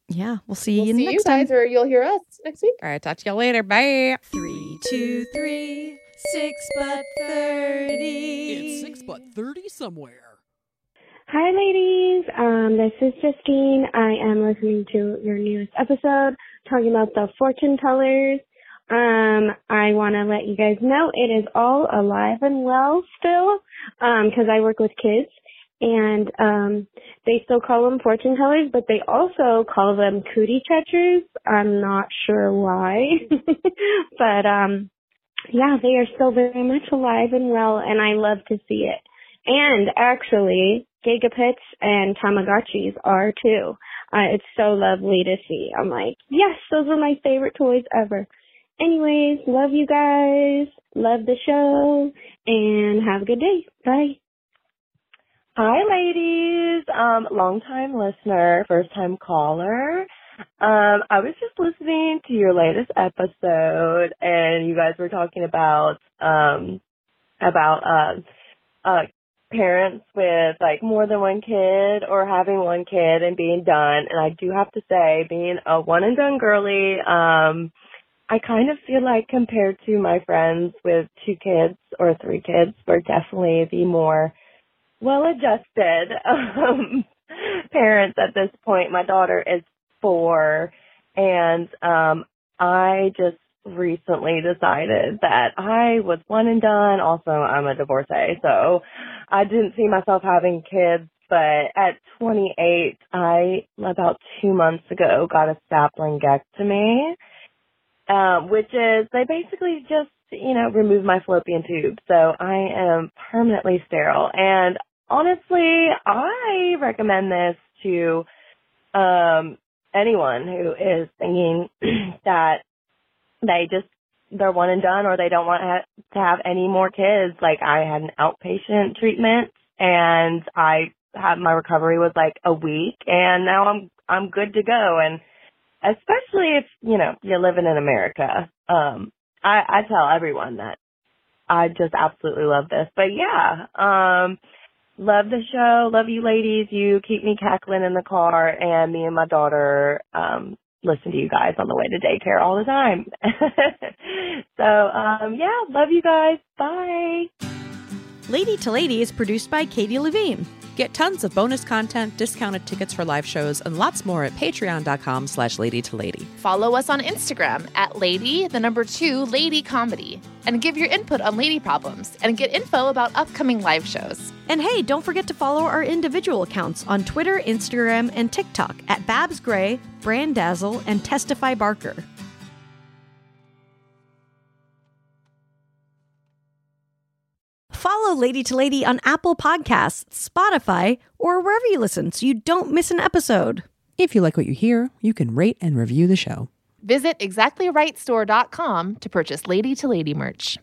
yeah, we'll see
We'll
you
see
next
you guys,
time.
or you'll hear us next week.
All right. Talk to y'all later. Bye.
Three, two, three, six, but thirty.
thirty somewhere.
Hi, ladies. Um, this is Justine. I am listening to your newest episode talking about the fortune tellers. Um, I want to let you guys know it is all alive and well still, um, cause I work with kids and, um, they still call them fortune tellers, but they also call them cootie catchers. I'm not sure why, <laughs> but, um, yeah, they are still very much alive and well and I love to see it. And actually, gigapets and Tamagotchis are too. Uh, it's so lovely to see. I'm like, yes, those are my favorite toys ever. Anyways, love you guys. Love the show. And have a good day. Bye.
Hi, ladies. Um, long time listener, first time caller. Um, I was just listening to your latest episode, and you guys were talking about um, about uh, uh, parents with like more than one kid or having one kid and being done. And I do have to say, being a one and done girly, um, I kind of feel like compared to my friends with two kids or three kids, we're definitely the more well adjusted um parents at this point my daughter is four and um i just recently decided that i was one and done also i'm a divorcee so i didn't see myself having kids but at 28 i about two months ago got a saplingectomy um, which is they basically just you know remove my fallopian tube, so I am permanently sterile. And honestly, I recommend this to um, anyone who is thinking <clears throat> that they just they're one and done or they don't want ha- to have any more kids. Like I had an outpatient treatment and I had my recovery was like a week and now I'm I'm good to go and especially if you know you're living in America. Um, I, I tell everyone that I just absolutely love this. But yeah, um, love the show, love you ladies. You keep me cackling in the car, and me and my daughter um, listen to you guys on the way to daycare all the time. <laughs> so um, yeah, love you guys. Bye.
Lady to Lady is produced by Katie Levine.
Get tons of bonus content, discounted tickets for live shows, and lots more at patreon.com slash lady to lady.
Follow us on Instagram at Lady, the number two, Lady Comedy, and give your input on lady problems and get info about upcoming live shows.
And hey, don't forget to follow our individual accounts on Twitter, Instagram, and TikTok at Babs Gray, Brandazzle, and Testify Barker. Follow Lady to Lady on Apple Podcasts, Spotify, or wherever you listen so you don't miss an episode.
If you like what you hear, you can rate and review the show.
Visit exactlyrightstore.com to purchase Lady to Lady merch.